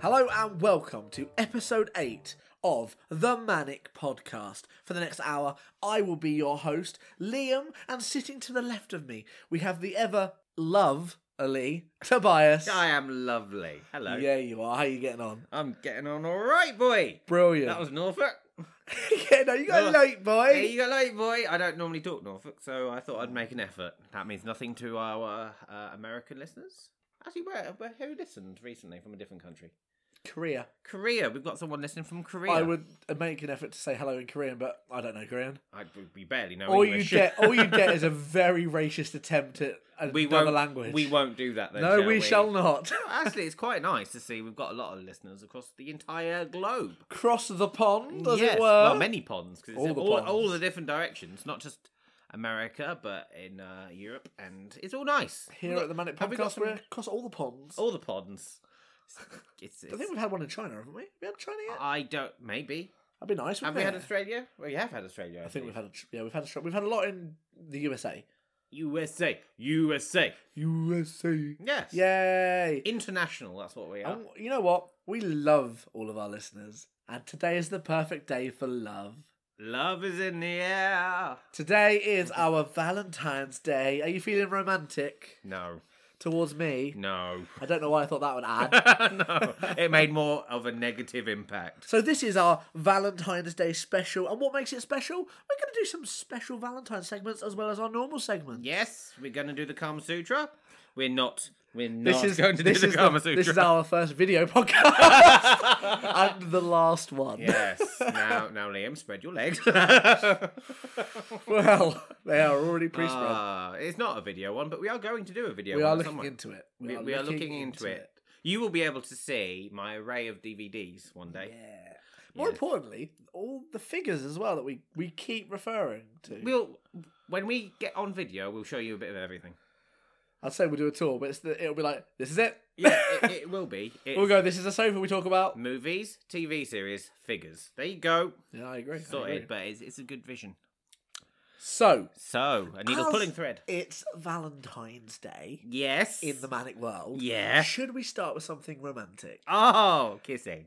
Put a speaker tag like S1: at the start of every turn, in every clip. S1: Hello and welcome to episode 8 of the Manic Podcast. For the next hour, I will be your host, Liam, and sitting to the left of me, we have the ever love Ali Tobias.
S2: I am lovely. Hello.
S1: Yeah, you are. How you getting on?
S2: I'm getting on all right, boy.
S1: Brilliant.
S2: That was Norfolk.
S1: yeah, no, you got
S2: Oh.
S1: late, boy.
S2: Hey, you got late, boy. I don't normally talk Norfolk, so I thought I'd make an effort. That means nothing to our uh, American listeners. Actually, where, where, who listened recently from a different country?
S1: Korea.
S2: Korea. We've got someone listening from Korea.
S1: I would make an effort to say hello in Korean, but I don't know Korean.
S2: I, we barely know
S1: all
S2: English.
S1: you get, all you get, is a very racist attempt at another
S2: we won't,
S1: language.
S2: We won't do that then.
S1: No,
S2: shall
S1: we, shall not.
S2: Actually, it's quite nice to see we've got a lot of listeners across the entire globe.
S1: Cross the pond, as
S2: yes.
S1: it were.
S2: Well, many ponds because
S1: All
S2: all,
S1: the
S2: all, all
S1: ponds.
S2: the different directions, not just America, but in uh, Europe, and it's all nice.
S1: Here
S2: Look,
S1: at the Manic
S2: have we got
S1: Podcast,
S2: some-
S1: we're across all the ponds.
S2: all the ponds. It's, it's,
S1: I think we've had one in China, haven't we? Have we had China yet?
S2: I don't. Maybe
S1: That'd be nice.
S2: Uh, have
S1: wouldn't
S2: we
S1: it?
S2: had Australia? Well, you have had Australia. I,
S1: I think we've had. A, tr- yeah, we've had. A, tr- we've had a lot in the USA.
S2: USA, USA.
S1: USA.
S2: Yes.
S1: Yay!
S2: International. That's what we are.
S1: And you know what? We love all of our listeners, and today is the perfect day for love.
S2: Love is in the air.
S1: Today is
S2: Mm-hmm.
S1: our Valentine's Day. Are you feeling romantic
S2: No,
S1: towards me?
S2: no,
S1: I don't know why I thought that would add.
S2: no. It made more of a negative impact.
S1: So this is our Valentine's Day special, and what makes it special? We're going to do some special Valentine's segments as well as our normal segments.
S2: Yes, we're going to do the Kama Sutra. We're not. We're not
S1: This is
S2: going to do
S1: this
S2: the
S1: is the-
S2: Kama Sutra.
S1: This is our first video podcast and the last one.
S2: yes. Now, now, Liam, spread your legs.
S1: Well, they are already pre-spread.
S2: Ah, it's not a video one, but we are going to do a video
S1: we
S2: one.
S1: are
S2: at
S1: looking
S2: some point.
S1: into it.
S2: we, we are looking into, it. You will be able to see my array of DVDs one day.
S1: Yeah. More
S2: Yeah.
S1: importantly, all the figures as well that we we keep referring to.
S2: We'll when we get on video, we'll show you a bit of everything.
S1: I'd say we'll do a tour, but it's the, it'll be like this is it.
S2: Yeah, it, it will be. It's
S1: We'll go. This is a sofa we talk about.
S2: movies, TV series, figures. There you go.
S1: Yeah, I agree. I agree.
S2: Sorted, but it's, it's a good vision.
S1: So
S2: So a needle
S1: As-
S2: pulling thread.
S1: it's Valentine's Day
S2: Yes.
S1: in the manic world.
S2: yeah.
S1: Should we start with something romantic?
S2: Oh, kissing.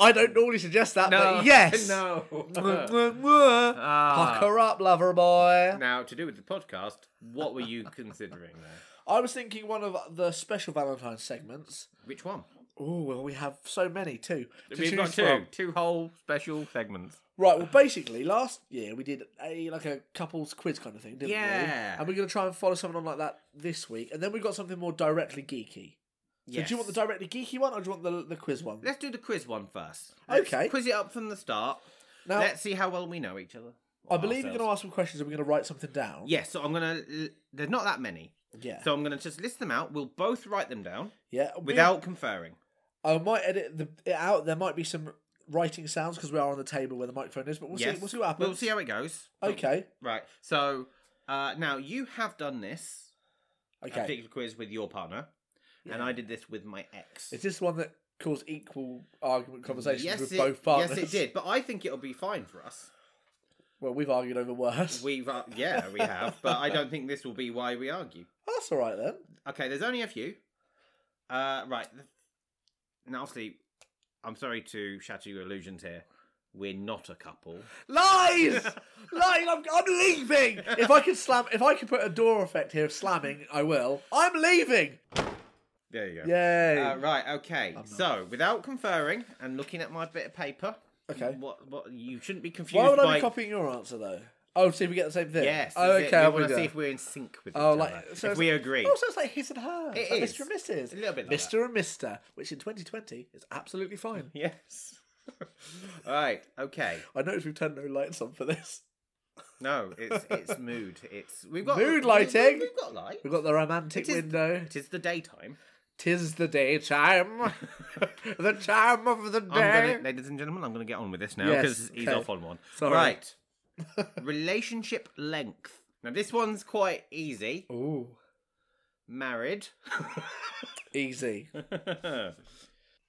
S1: I don't normally suggest that,
S2: Mm. No.
S1: but Uh, yes.
S2: no.
S1: Mwah, mwah, mwah.
S2: Ah.
S1: Pucker up, lover boy.
S2: Now, to do with the podcast, what were you considering there?
S1: I was thinking one of the special Valentine's segments.
S2: Which one?
S1: Oh well, we have so many too. to
S2: We've got
S1: choose
S2: two,
S1: from.
S2: two whole special segments.
S1: Right. Well, basically, last year we did a like a couples quiz kind of thing, didn't we?
S2: Yeah.
S1: And we're gonna try and follow something on like that this week, and then we've got something more directly geeky. So do you want the directly geeky one, or do you want the the quiz one?
S2: Let's do the quiz one first. Let's
S1: Okay.
S2: Quiz it up from the start.
S1: Now,
S2: Let's see how well we know each other.
S1: I believe you're
S2: Ourselves.
S1: gonna ask some questions, and we're gonna write something down.
S2: Yes. so I'm gonna. There's not that many,
S1: Yeah.
S2: so I'm gonna just list them out. We'll both write them down
S1: yeah. we-
S2: without conferring.
S1: I might edit the, it out. There might be some writing sounds because we are on the table where the microphone is, but we'll
S2: yes.
S1: see. We'll see what happens.
S2: We'll see how it goes.
S1: Okay.
S2: Right. So uh, now you have done this
S1: Okay.
S2: particular quiz with your partner, and
S1: Yeah.
S2: I did this with my ex.
S1: Is this one that caused equal argument conversations
S2: yes,
S1: with
S2: it,
S1: both partners?
S2: Yes, it did. But I think it'll be fine for us.
S1: Well, we've argued over worse.
S2: We've uh, yeah, we have. But I don't think this will be why we argue.
S1: That's all right then.
S2: Okay, there's only a few. Uh, right. Now, obviously, I'm sorry to shatter your illusions here. We're not a couple.
S1: Lies, lies. I'm, I'm leaving. If I could slam, if I could put a door effect here of slamming, I will. I'm leaving.
S2: There you go.
S1: Yay.
S2: Uh, right. Okay.
S1: not.
S2: So, without conferring and looking at my bit of paper.
S1: Okay.
S2: What? What? You shouldn't be confused.
S1: Why would I
S2: by-
S1: be copying your answer though? Oh, see if we get the same thing.
S2: Yes.
S1: Oh,
S2: is it?
S1: okay.
S2: We
S1: I'll
S2: want
S1: do
S2: to see
S1: that.
S2: if we're in sync with
S1: Oh,
S2: each
S1: like-
S2: other.
S1: so
S2: if
S1: it's-
S2: we agree.
S1: Oh, so it's like his and her.
S2: It
S1: It's like
S2: is.
S1: Mr. and Mrs.
S2: A little bit like
S1: Mr. and Mr. Which in 2020 is absolutely fine.
S2: Yes. All right. Okay.
S1: I noticed we've turned no lights on for this.
S2: No, it's it's mood. It's we've got
S1: Mood
S2: we've-
S1: lighting.
S2: We've got light.
S1: We've got the romantic
S2: It is-
S1: window.
S2: It is the daytime.
S1: Tis the daytime, the time of the day.
S2: I'm gonna, ladies and gentlemen, I'm going to get on with this now
S1: Yes,
S2: because he's
S1: okay.
S2: off on one.
S1: Sorry.
S2: Right. Relationship length. Now this one's quite easy.
S1: Ooh,
S2: Married.
S1: easy.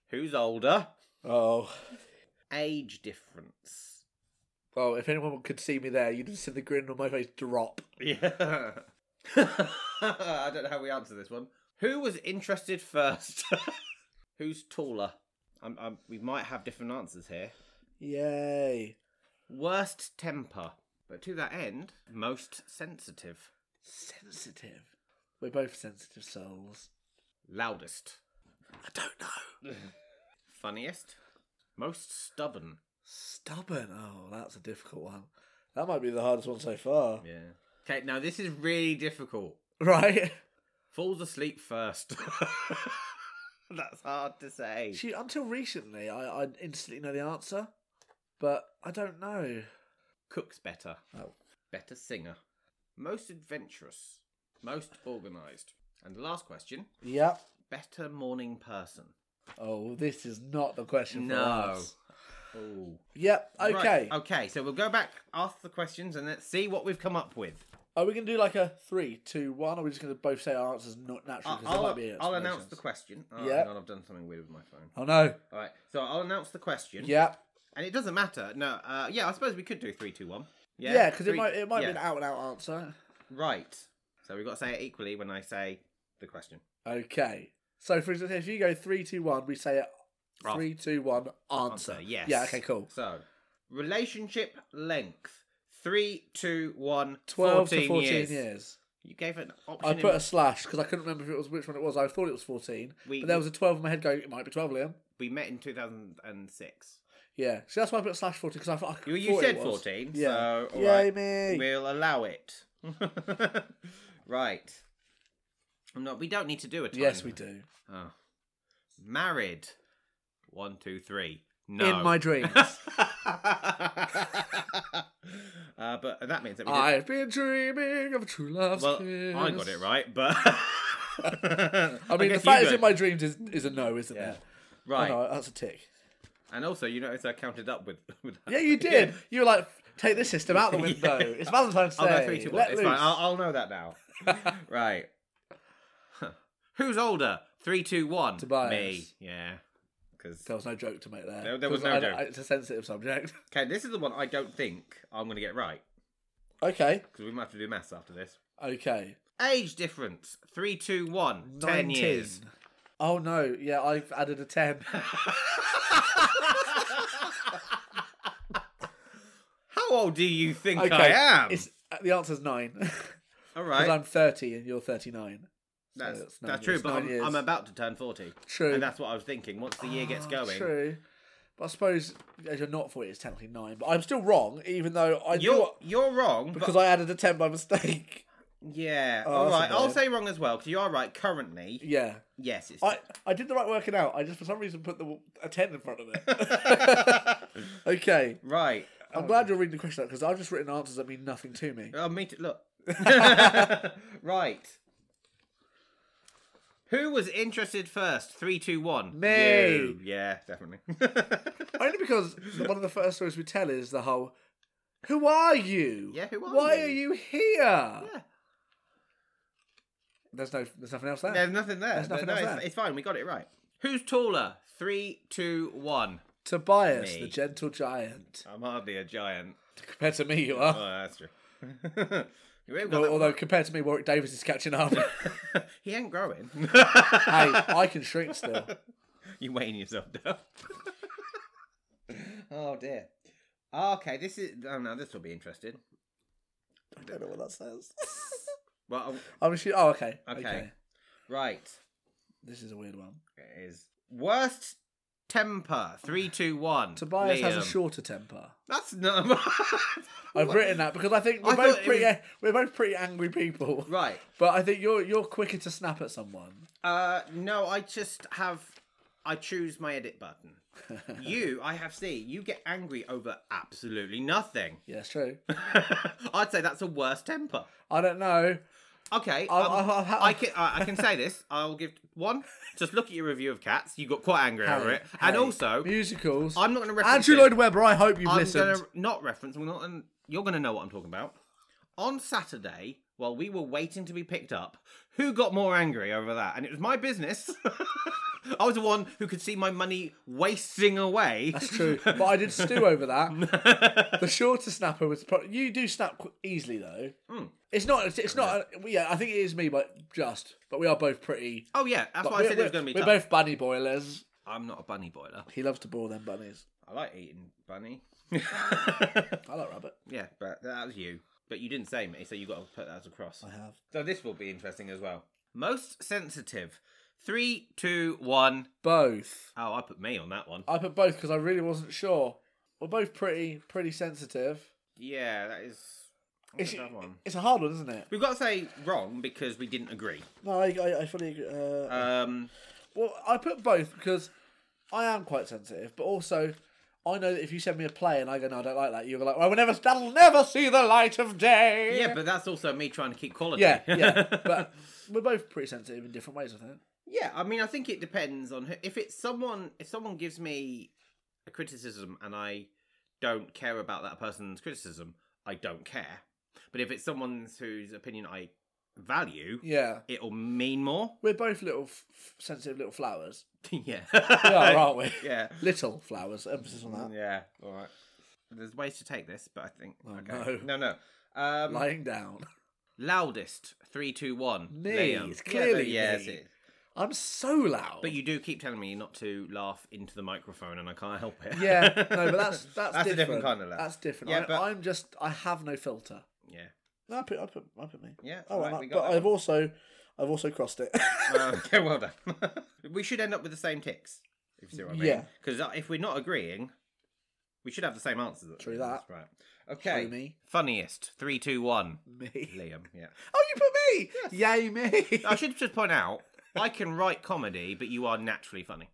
S2: Who's older?
S1: Oh,
S2: Age difference.
S1: oh! If anyone could see me there, you'd have seen the grin on my face drop.
S2: Yeah. I don't know how we answer this one. Who was interested first? Who's taller? I'm, I'm, we might have different answers here.
S1: Yay.
S2: Worst temper, but to that end, most sensitive.
S1: Sensitive. We're both sensitive souls.
S2: Loudest.
S1: I don't know.
S2: Funniest. Most stubborn.
S1: Stubborn. Oh, that's a difficult one. That might be the hardest one so far.
S2: Yeah. Okay, now this is really difficult.
S1: Right?
S2: Falls asleep first. That's hard to say.
S1: She, until recently, I, I instantly know the answer, but I don't know.
S2: Cooks better.
S1: Oh.
S2: Better singer. Most adventurous. Most organised. And the last question
S1: Yep.
S2: better morning person.
S1: Oh, this is not the question for
S2: No.
S1: us.
S2: Oh.
S1: Yep. Okay.
S2: Okay, so we'll go back, ask the questions, and let's see what we've come up with.
S1: Are we going to do like a three, two, one? Or are we just going to both say our answers not naturally?
S2: I'll,
S1: 'cause there
S2: I'll,
S1: might be
S2: I'll announce
S1: explanations.
S2: the question. Oh,
S1: Yeah.
S2: hang on, I've done something weird with my phone.
S1: Oh no.
S2: All right, so I'll announce the question.
S1: Yep.
S2: And it doesn't matter. No, uh, yeah, I suppose we could do three, two, one.
S1: Yeah, because it
S2: Three-
S1: might it might
S2: yeah.
S1: be an out and out answer.
S2: Right. So we've got to say it equally when I say the question.
S1: Okay. So for example, if you go three, two, one, we say it.
S2: Oh.
S1: Three, two, one, answer.
S2: Answer, yes.
S1: Yeah. Okay. Cool.
S2: So, relationship length. Three, two, one.
S1: Twelve
S2: 14
S1: to fourteen
S2: years.
S1: years.
S2: You gave an option.
S1: I
S2: in-
S1: put a slash because I couldn't remember if it was which one it was. I thought it was fourteen,
S2: We-
S1: but there was a twelve in my head going. It might be twelve, Liam.
S2: We met in 2006.
S1: Yeah. So that's why I put a slash fourteen because I thought I
S2: You, you
S1: thought
S2: said
S1: it was.
S2: 14,
S1: Yeah.
S2: so all
S1: Yay
S2: right,
S1: me.
S2: we'll allow it. right. No, we don't need to do a time.
S1: Yes, we do.
S2: Oh. Married. One, two, three. No.
S1: In my dreams,
S2: uh, but that means that we did...
S1: I've been dreaming of a true love's
S2: Well,
S1: kiss.
S2: I got it right, but
S1: I mean, the
S2: guess
S1: fact
S2: you
S1: it's
S2: do.
S1: in my dreams is, is a no, isn't
S2: Yeah.
S1: it?
S2: right,
S1: Oh, no, that's a tick.
S2: and also you notice I counted up with with that.
S1: Yeah, you did. You were like, take this system out the window.
S2: Yeah.
S1: It's Valentine's Day.
S2: I'll go three, two, one.
S1: Let
S2: it's
S1: loose.
S2: fine. I'll, I'll know that now. right. Huh. Who's older? Three, two, one.
S1: Tobias.
S2: Me. Yeah. Because
S1: There was no joke to make there.
S2: There- there was
S1: 'Cause
S2: no
S1: I-
S2: joke.
S1: I- it's a sensitive subject.
S2: okay, this is the one I don't think I'm going to get right
S1: okay.
S2: because we might have to do maths after this.
S1: Okay.
S2: Age difference. Three, two, one. Ten
S1: 19.
S2: years.
S1: Oh, no. Yeah, I've added a 10.
S2: How old do you think
S1: Okay.
S2: I am?
S1: It's, the answer's 9. Because
S2: All right.
S1: I'm 30 and you're 39.
S2: That's,
S1: it's nine
S2: that's true,
S1: years.
S2: but
S1: Nine
S2: I'm,
S1: years.
S2: I'm about to turn 40.
S1: True.
S2: And that's what I was thinking. Once the year gets
S1: Ah,
S2: going,
S1: True. But I suppose as you're not 40, it's technically 9. But I'm still wrong, even though I knew
S2: you're
S1: what-
S2: you're wrong.
S1: because
S2: but,
S1: I added a 10 by mistake.
S2: yeah,
S1: Oh,
S2: all
S1: that's
S2: right.
S1: a
S2: I'll
S1: bad.
S2: say wrong as well because you are right. Currently,
S1: Yeah.
S2: yes, it's
S1: I, I did the right working out. I just for some reason put the a ten in front of it. okay,
S2: right.
S1: I'm glad you're reading the question out because I've just written answers that mean nothing to me.
S2: I'll meet it. Oh, Look, right. Who was interested first? Three, two, one.
S1: Me.
S2: You. Yeah, definitely.
S1: Only because one of the first stories we tell is the whole, "Who are you?
S2: Yeah, who are
S1: Why
S2: you?"
S1: are you here?" Yeah. There's no, there's nothing else there.
S2: There's nothing there.
S1: There's
S2: but
S1: nothing
S2: no,
S1: else
S2: it's,
S1: there.
S2: it's fine. We got it right. Who's taller? Three, two, one.
S1: Tobias,
S2: Me.
S1: the gentle giant.
S2: I'm hardly a giant.
S1: Compared to me, you are.
S2: Oh, that's true. You ain't got
S1: Al-
S2: that-
S1: Although compared to me, Warwick Davis is catching up. hey,
S2: he ain't growing.
S1: I can shrink still.
S2: you weighing yourself down. oh dear. Okay, this is. Oh no, this will be interesting.
S1: I don't know what that says.
S2: Well,
S1: I'm assuming. Oh, okay.
S2: Okay.
S1: okay.
S2: right.
S1: This is a weird one.
S2: It is worst temper. Three, two, one.
S1: Tobias has a
S2: Liam.
S1: shorter temper.
S2: That's not.
S1: I've written that because I think we're
S2: I thought
S1: both
S2: it
S1: pretty
S2: was-
S1: we're both pretty angry people.
S2: right.
S1: But I think you're you're quicker to snap at someone.
S2: Uh, no, I just have. I choose my edit button. you, I have C. You get angry over absolutely nothing.
S1: Yeah, it's true.
S2: I'd say that's a worse temper.
S1: I don't know.
S2: Okay,
S1: I'll-
S2: um,
S1: I'll- I'll-
S2: I can I, I can say this. I'll give one. Just look at your review of Cats. You got quite angry over
S1: Hey,
S2: it, and
S1: hey,
S2: also
S1: musicals.
S2: I'm not going to reference.
S1: Andrew
S2: it.
S1: Lloyd Webber. I hope you've
S2: I'm
S1: listened.
S2: going to not reference. We're not. and You're going to know what I'm talking about. On Saturday, while we were waiting to be picked up, who got more angry over that? And it was my business. I was the one who could see my money wasting away.
S1: That's true. But I did stew over that. the shorter snapper was. Pro- you do snap qu- easily though.
S2: Hmm.
S1: It's not. It's, it's not. Yeah, I think it is me, but just. But we are both pretty.
S2: Oh yeah, that's why I
S1: we're,
S2: said it was
S1: we're-
S2: going to be
S1: we're
S2: tough.
S1: both bunny boilers.
S2: I'm not a bunny boiler.
S1: He loves to boil them bunnies.
S2: I like eating bunny.
S1: I like rabbit.
S2: yeah, but that was you. But you didn't say me, so you got to put that across.
S1: I have.
S2: So this will be interesting as well. Most sensitive. Three, two, one.
S1: Both.
S2: Oh, I put me on that one.
S1: I put both because I really wasn't sure. We're both pretty pretty sensitive.
S2: Yeah, that is.
S1: It's,
S2: It's, that one.
S1: it's a hard one, isn't it?
S2: We've got to say wrong because we didn't agree.
S1: No, I, I, I fully agree. Uh,
S2: Um,
S1: well, I put both because I am quite sensitive, but also I know that if you send me a play and I go, no, I don't like that, you're like, well, I will never, that'll never see the light of day.
S2: yeah, but that's also me trying to keep quality.
S1: yeah, yeah. but we're both pretty sensitive in different ways, I think.
S2: Yeah, I mean, I think it depends on who, if it's someone. If someone gives me a criticism and I don't care about that person's criticism, I don't care. But if it's someone whose opinion I value,
S1: Yeah,
S2: it'll mean more.
S1: we're both little f- f- sensitive little flowers.
S2: yeah.
S1: We are, aren't we?
S2: Yeah.
S1: little flowers. Emphasis on that.
S2: Yeah. All right. There's ways to take this, but I think.
S1: Oh,
S2: okay. No, no. Um,
S1: Lying down.
S2: Loudest. Three, two, one.
S1: Me,
S2: Liam.
S1: it's clearly
S2: Yeah,
S1: me.
S2: yes, it-
S1: I'm so loud.
S2: But you do keep telling me not to laugh into the microphone, and I can't help it.
S1: Yeah, no, but that's that's,
S2: That's a
S1: different.
S2: different kind of laugh.
S1: That's different.
S2: Yeah,
S1: I,
S2: but-
S1: I'm just I have no filter.
S2: yeah.
S1: No, I put I put I put me.
S2: Yeah,
S1: Oh,
S2: right,
S1: and I-
S2: we got
S1: but
S2: that
S1: I've also I've also crossed it.
S2: Uh, okay, well done. we should end up with the same ticks, if you see what I mean.
S1: Yeah.
S2: Because if we're not agreeing, we should have the same answers. at the
S1: True
S2: end,
S1: that.
S2: Right. Okay.
S1: me.
S2: Funniest. Three, two, one.
S1: Me.
S2: Liam. Yeah.
S1: Oh, you put me. Yay me.
S2: I should just point out, I can write comedy, but you are naturally funny.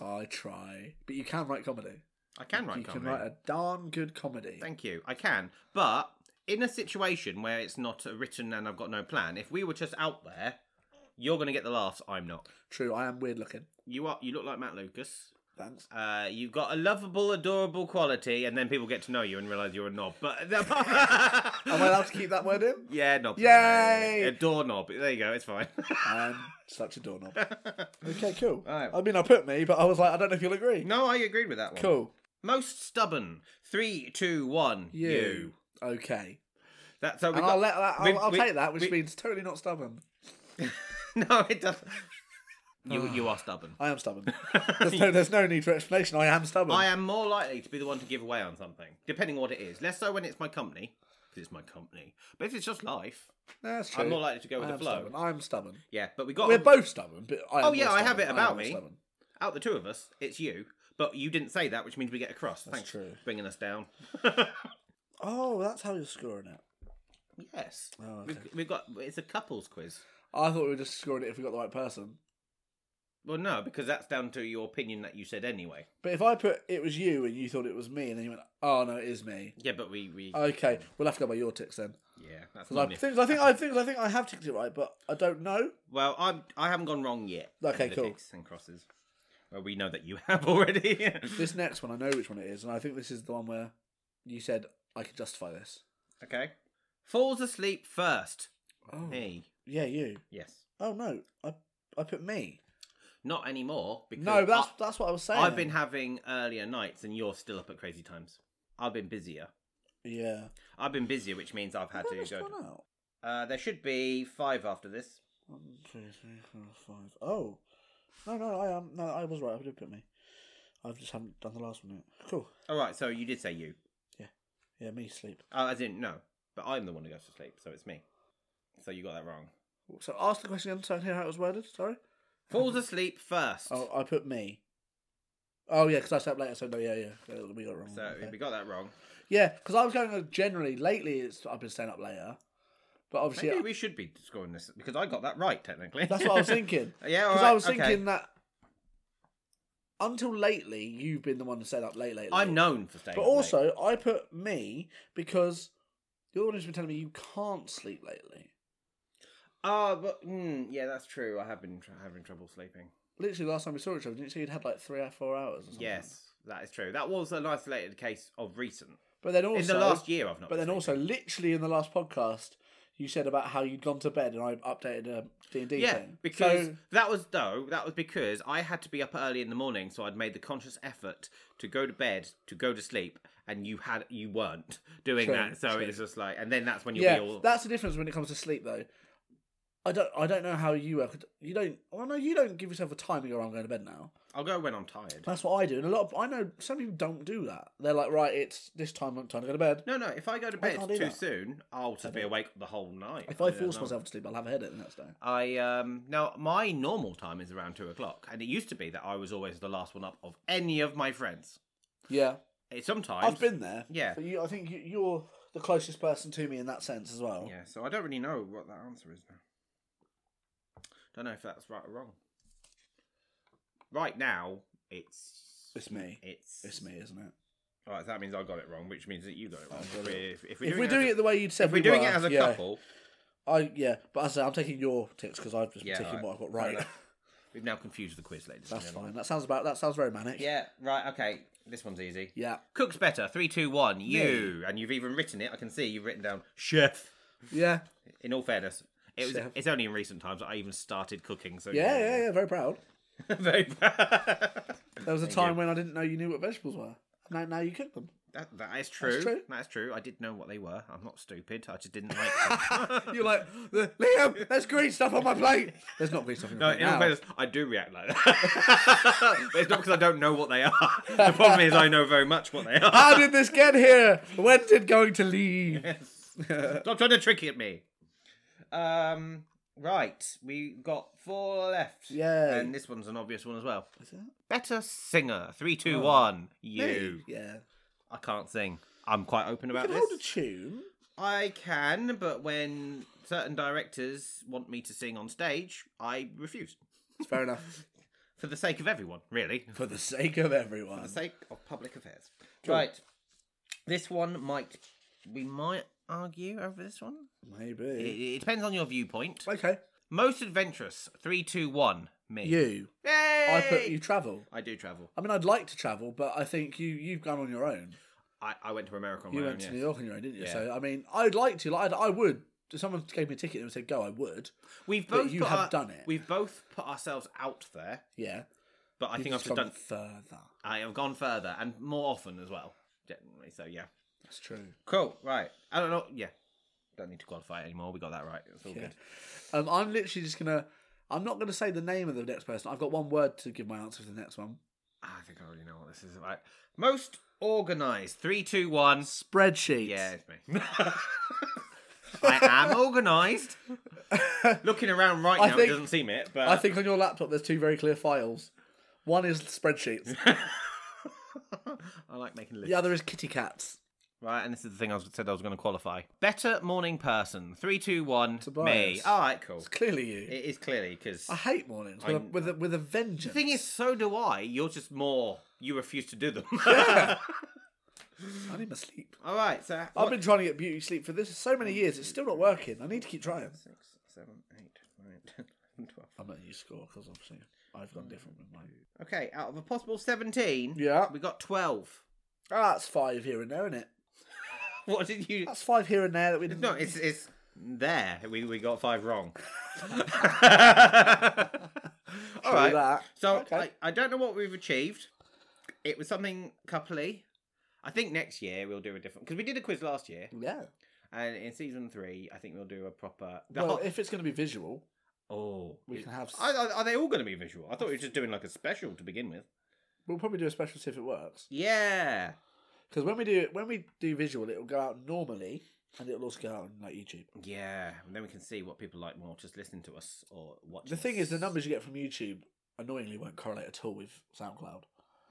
S1: I try, but you can write comedy.
S2: I can write
S1: you
S2: comedy.
S1: can write a darn good comedy.
S2: Thank you. I can, but in a situation where it's not uh, written and I've got no plan, if we were just out there, you're going to get the laughs. I'm not.
S1: True, I am weird looking.
S2: You are. You look like Matt Lucas.
S1: Thanks.
S2: Uh, you've got a lovable, adorable quality, and then people get to know you and realize you're a knob. But am
S1: Am I allowed to keep that word in?
S2: Yeah, knob.
S1: Yay!
S2: A doorknob. There you go. It's fine.
S1: I'm such a doorknob. Okay, cool.
S2: Alright.
S1: I mean, I put me, but I was like, I don't know if you'll agree.
S2: no, I agreed with that one.
S1: Cool.
S2: Most stubborn. Three, two, one.
S1: You.
S2: You.
S1: Okay.
S2: That's so we
S1: And
S2: got.
S1: I'll let that. I'll,
S2: we've-
S1: I'll
S2: we-
S1: take that, which
S2: we-
S1: means totally not stubborn.
S2: no, it doesn't. you you are stubborn.
S1: I am stubborn. There's no, there's no need for explanation. I am stubborn.
S2: I am more likely to be the one to give away on something, depending on what it is. Less so when it's my company, because it's my company. But if it's just life,
S1: No, that's true.
S2: I'm more likely to go with
S1: I
S2: the
S1: am
S2: flow.
S1: stubborn. I am stubborn.
S2: Yeah, but we got
S1: We're both stubborn, but I am
S2: Oh,
S1: more
S2: yeah, I have
S1: stubborn.
S2: it
S1: am
S2: about
S1: more
S2: me.
S1: stubborn.
S2: out the two of us. It's you, but you didn't say that, which means we get across. Thanks
S1: true.
S2: for bringing us down.
S1: Oh, that's how you're scoring it.
S2: yes,
S1: Oh, okay.
S2: we've, we've got. It's a couples quiz.
S1: I thought we were just scoring it if we got the right person.
S2: Well, no, because that's down to your opinion that you said anyway.
S1: But if I put it was you and you thought it was me, and then you went, "Oh no, it is me."
S2: Yeah, but we we
S1: Okay, we'll have to go by your ticks then.
S2: yeah. That's
S1: Because
S2: not
S1: Oh. I
S2: new.
S1: think I think I think I think I have ticked it right, but I don't know.
S2: Well, I'm I haven't gone wrong yet.
S1: Okay,
S2: with the
S1: cool.
S2: ticks and crosses. Well, we know that you have already.
S1: This next one, I know which one it is, and I think this is the one where you said I could justify this.
S2: okay. Falls asleep first.
S1: Oh,
S2: Me.
S1: yeah, you.
S2: Yes.
S1: Oh no, I I put me.
S2: Not anymore. Because
S1: No, that's
S2: I-
S1: that's what I was saying.
S2: I've been having earlier nights, and you're still up at crazy times. I've been busier.
S1: yeah.
S2: I've been busier, which means I've had
S1: When
S2: to
S1: has
S2: go.
S1: gone out?
S2: Uh, there should be five after this.
S1: One, two, three, four, five. Oh, no, no, I am. No, I was right. I did put me. I just haven't done the last one yet. Cool.
S2: All right, so you did say you.
S1: Yeah, me sleep.
S2: Uh, as in, no, but I'm the one who goes to sleep, so it's me. So you got that wrong.
S1: So ask the question again so I can hear how it was worded. Sorry.
S2: Falls asleep first.
S1: Oh, I put me. Oh yeah, because I slept later. So no, yeah, yeah, yeah, we got it wrong.
S2: so
S1: Okay.
S2: we got that wrong.
S1: Yeah, because I was going uh, generally lately. It's I've been staying up later, but obviously
S2: Maybe we should be scoring this because I got that right technically.
S1: that's what I was thinking.
S2: yeah, all
S1: Because
S2: right,
S1: I was
S2: okay.
S1: thinking that until lately, you've been the one to stay up late. Lately,
S2: I'm known for staying.
S1: But
S2: up late.
S1: also, I put me because you're the one who's been telling me you can't sleep lately.
S2: Ah, but mm, yeah, that's true. I have been tr- having trouble sleeping.
S1: Literally, last time we saw each other, didn't you say you'd had like three or four hours? Or something?
S2: Yes, that is true. That was an isolated case of recent.
S1: But then also,
S2: In the last year, I've not.
S1: but
S2: been
S1: then also, literally in the last podcast, you said about how you'd gone to bed, and I updated a D and D
S2: Yeah,
S1: thing.
S2: because
S1: So-
S2: that was though that was because I had to be up early in the morning, so I'd made the conscious effort to go to bed, to go to sleep, and you had you weren't doing
S1: True,
S2: that, so
S1: true.
S2: it's just like, and then that's when you'll
S1: yeah,
S2: be all
S1: that's the difference when it comes to sleep, though. I don't. I don't know how you work. You don't. Well, no, you don't give yourself a time. You're. I'm going to bed now.
S2: I'll go when I'm tired.
S1: That's what I do, and a lot of I know some people don't do that. They're like, right, it's this time. I'm time to go to bed.
S2: No, no. If I go to
S1: I
S2: bed
S1: can't
S2: too
S1: do that.
S2: soon, I'll just be awake the whole night.
S1: If I
S2: don't
S1: force
S2: know.
S1: myself to sleep, I'll have a headache the next day.
S2: I um now my normal time is around two o'clock, and it used to be that I was always the last one up of any of my friends.
S1: Yeah,
S2: Eh, Sometimes
S1: I've been there.
S2: yeah.
S1: So you, I think you, you're the closest person to me in that sense as well.
S2: Yeah, so I don't really know what that answer is now. Don't know if that's right or wrong. Right now, it's
S1: It's me.
S2: it's
S1: It's me, isn't it?
S2: All right, that means I got it wrong, which means that you got it wrong.
S1: I've got it
S2: If, if we're
S1: If
S2: doing,
S1: we're doing
S2: it,
S1: it the way you'd said
S2: as a- if we're
S1: we
S2: doing
S1: were,
S2: it as a
S1: yeah.
S2: couple,
S1: I yeah, but as I say, I'm taking your tips because I've just
S2: Yeah,
S1: taken
S2: alright.
S1: what I've got
S2: Fair
S1: right.
S2: enough. we've now confused the quiz, ladies. and
S1: That's
S2: gentlemen.
S1: fine. That sounds about. That sounds very manic.
S2: Yeah. Right. Okay. This one's easy.
S1: Yeah.
S2: Cooks better. Three, two, one. You and you've even written it. I can see you've written down chef.
S1: Yeah.
S2: In all fairness, it was.
S1: Chef.
S2: It's only in recent times that I even started cooking. So
S1: Yeah. Yeah. Yeah. Very proud.
S2: yeah. very bad.
S1: There was a time when I didn't know you knew what vegetables were. Now, now you cook them.
S2: That, that is true. That's
S1: true.
S2: true. I did know what they were. I'm not stupid. I just didn't like them.
S1: You're like, Liam, there's green stuff on my plate. There's not green stuff on your
S2: No,
S1: plate
S2: in all
S1: now.
S2: fairness, I do react like that. but it's not because I don't know what they are. The problem is I know very much what they are.
S1: How did this get here? When's it going to leave?
S2: Stop trying to trick at me. Um, right, we got four left.
S1: Yay.
S2: and this one's an obvious one as well.
S1: Is it? Oh.
S2: Better singer. Three, two, one. You.
S1: Yeah.
S2: I can't sing. I'm quite open
S1: You
S2: about
S1: can
S2: this.
S1: hold a tune.
S2: I can, but when certain directors want me to sing on stage, I refuse.
S1: It's fair enough.
S2: For the sake of everyone, really.
S1: For the sake of everyone.
S2: For the sake of public affairs. Right. This one might. We might argue over this one. It,
S1: Maybe.
S2: it depends on your viewpoint.
S1: Okay.
S2: Most adventurous. Three, two, one. Me.
S1: You.
S2: Yay!
S1: I put you travel.
S2: I do travel.
S1: I mean, I'd like to travel, but I think you you've gone on your own.
S2: I, I went to America on
S1: You
S2: my
S1: went
S2: own.
S1: to
S2: yes.
S1: New York on your own, didn't you?
S2: Yeah.
S1: So I mean, I'd like to. Like, I'd, I would. If someone gave me a ticket and said go, I would.
S2: We've both
S1: you
S2: put
S1: have
S2: our-
S1: done it.
S2: We've both put ourselves out there,
S1: Yeah.
S2: but I think I've
S1: You've gone
S2: just done.
S1: further.
S2: I have gone further and more often as well. Generally, so yeah.
S1: That's true.
S2: Cool. Right. I don't know. Yeah. Don't need to qualify it anymore. We got that right. It's all
S1: Yeah. Um,
S2: good.
S1: I'm literally just gonna. I'm not gonna say the name of the next person. I've got one word to give my answer for the next one.
S2: Ah, I think I already know what this is. Right. Most organized. Three, two, one.
S1: Spreadsheets.
S2: Yeah, it's me. I am organized. Looking around right
S1: I
S2: now,
S1: think-
S2: it doesn't seem it, but
S1: I think on your laptop there's two very clear files. One is spreadsheets.
S2: I like making lists.
S1: the other is kitty cats.
S2: Right, and this is the thing I was, said I was going to qualify. Better morning person. Three, two, one. Me.
S1: Tobias. Ah.
S2: All right, cool.
S1: It's clearly you.
S2: It is clearly because
S1: I hate mornings with, a,
S2: I-
S1: with, a, with a
S2: The
S1: vengeance.
S2: thing is, so do I. You're just more. You refuse to do them.
S1: I need my sleep.
S2: All right. So
S1: I've been trying to get beauty sleep for this so many years. It's still not working. I need to keep trying.
S2: six, seven, eight, nine, ten, eleven, twelve.
S1: I'm letting you score because obviously I've gone different with mine.
S2: Okay, out of a possible seventeen,
S1: Yeah.
S2: we got twelve.
S1: Ah, that's five here and there, isn't it?
S2: What did you?
S1: That's five here and there that we didn't.
S2: No, it's it's there. We we got five wrong. All
S1: do
S2: right.
S1: that.
S2: So
S1: Okay.
S2: I, I don't know what we've achieved. It was something coupley. I think next year we'll do a different because we did a quiz last year,
S1: Yeah.
S2: and in season three, I think we'll do a proper. the
S1: Well,
S2: whole-
S1: if it's going to be visual,
S2: oh,
S1: we can have.
S2: Are, are, are they all going to be visual? I thought we were just doing like a special to begin with.
S1: We'll probably do a special see if it works.
S2: Yeah,
S1: Because when we do when we do visual, it'll go out normally, and it'll also go out on like YouTube.
S2: yeah. And then we can see what people like more, just listening to us or watching.
S1: The thing
S2: us.
S1: is, the numbers you get from YouTube annoyingly won't correlate at all with SoundCloud.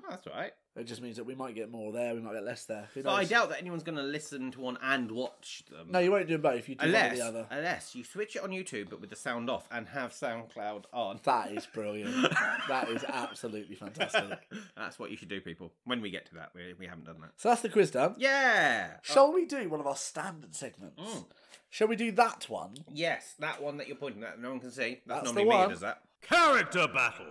S2: No, Oh, that's all right.
S1: It just means that we might get more there, we might get less there. Who
S2: But I
S1: knows?
S2: doubt that anyone's going to listen to one and watch them.
S1: no, you won't do both. You do
S2: unless
S1: one or the other.
S2: unless you switch it on YouTube, but with the sound off and have SoundCloud on.
S1: That is brilliant. that is absolutely fantastic.
S2: That's what you should do, people. When we get to that, we, we haven't done that.
S1: So that's the quiz done.
S2: Yeah. Oh,
S1: Shall we do one of our standard segments?
S2: Mm.
S1: Shall we do that one?
S2: Yes, that one that you're pointing at, no one can see.
S1: That's
S2: That's, normally
S1: the
S2: me
S1: one.
S2: who does that. Character battle.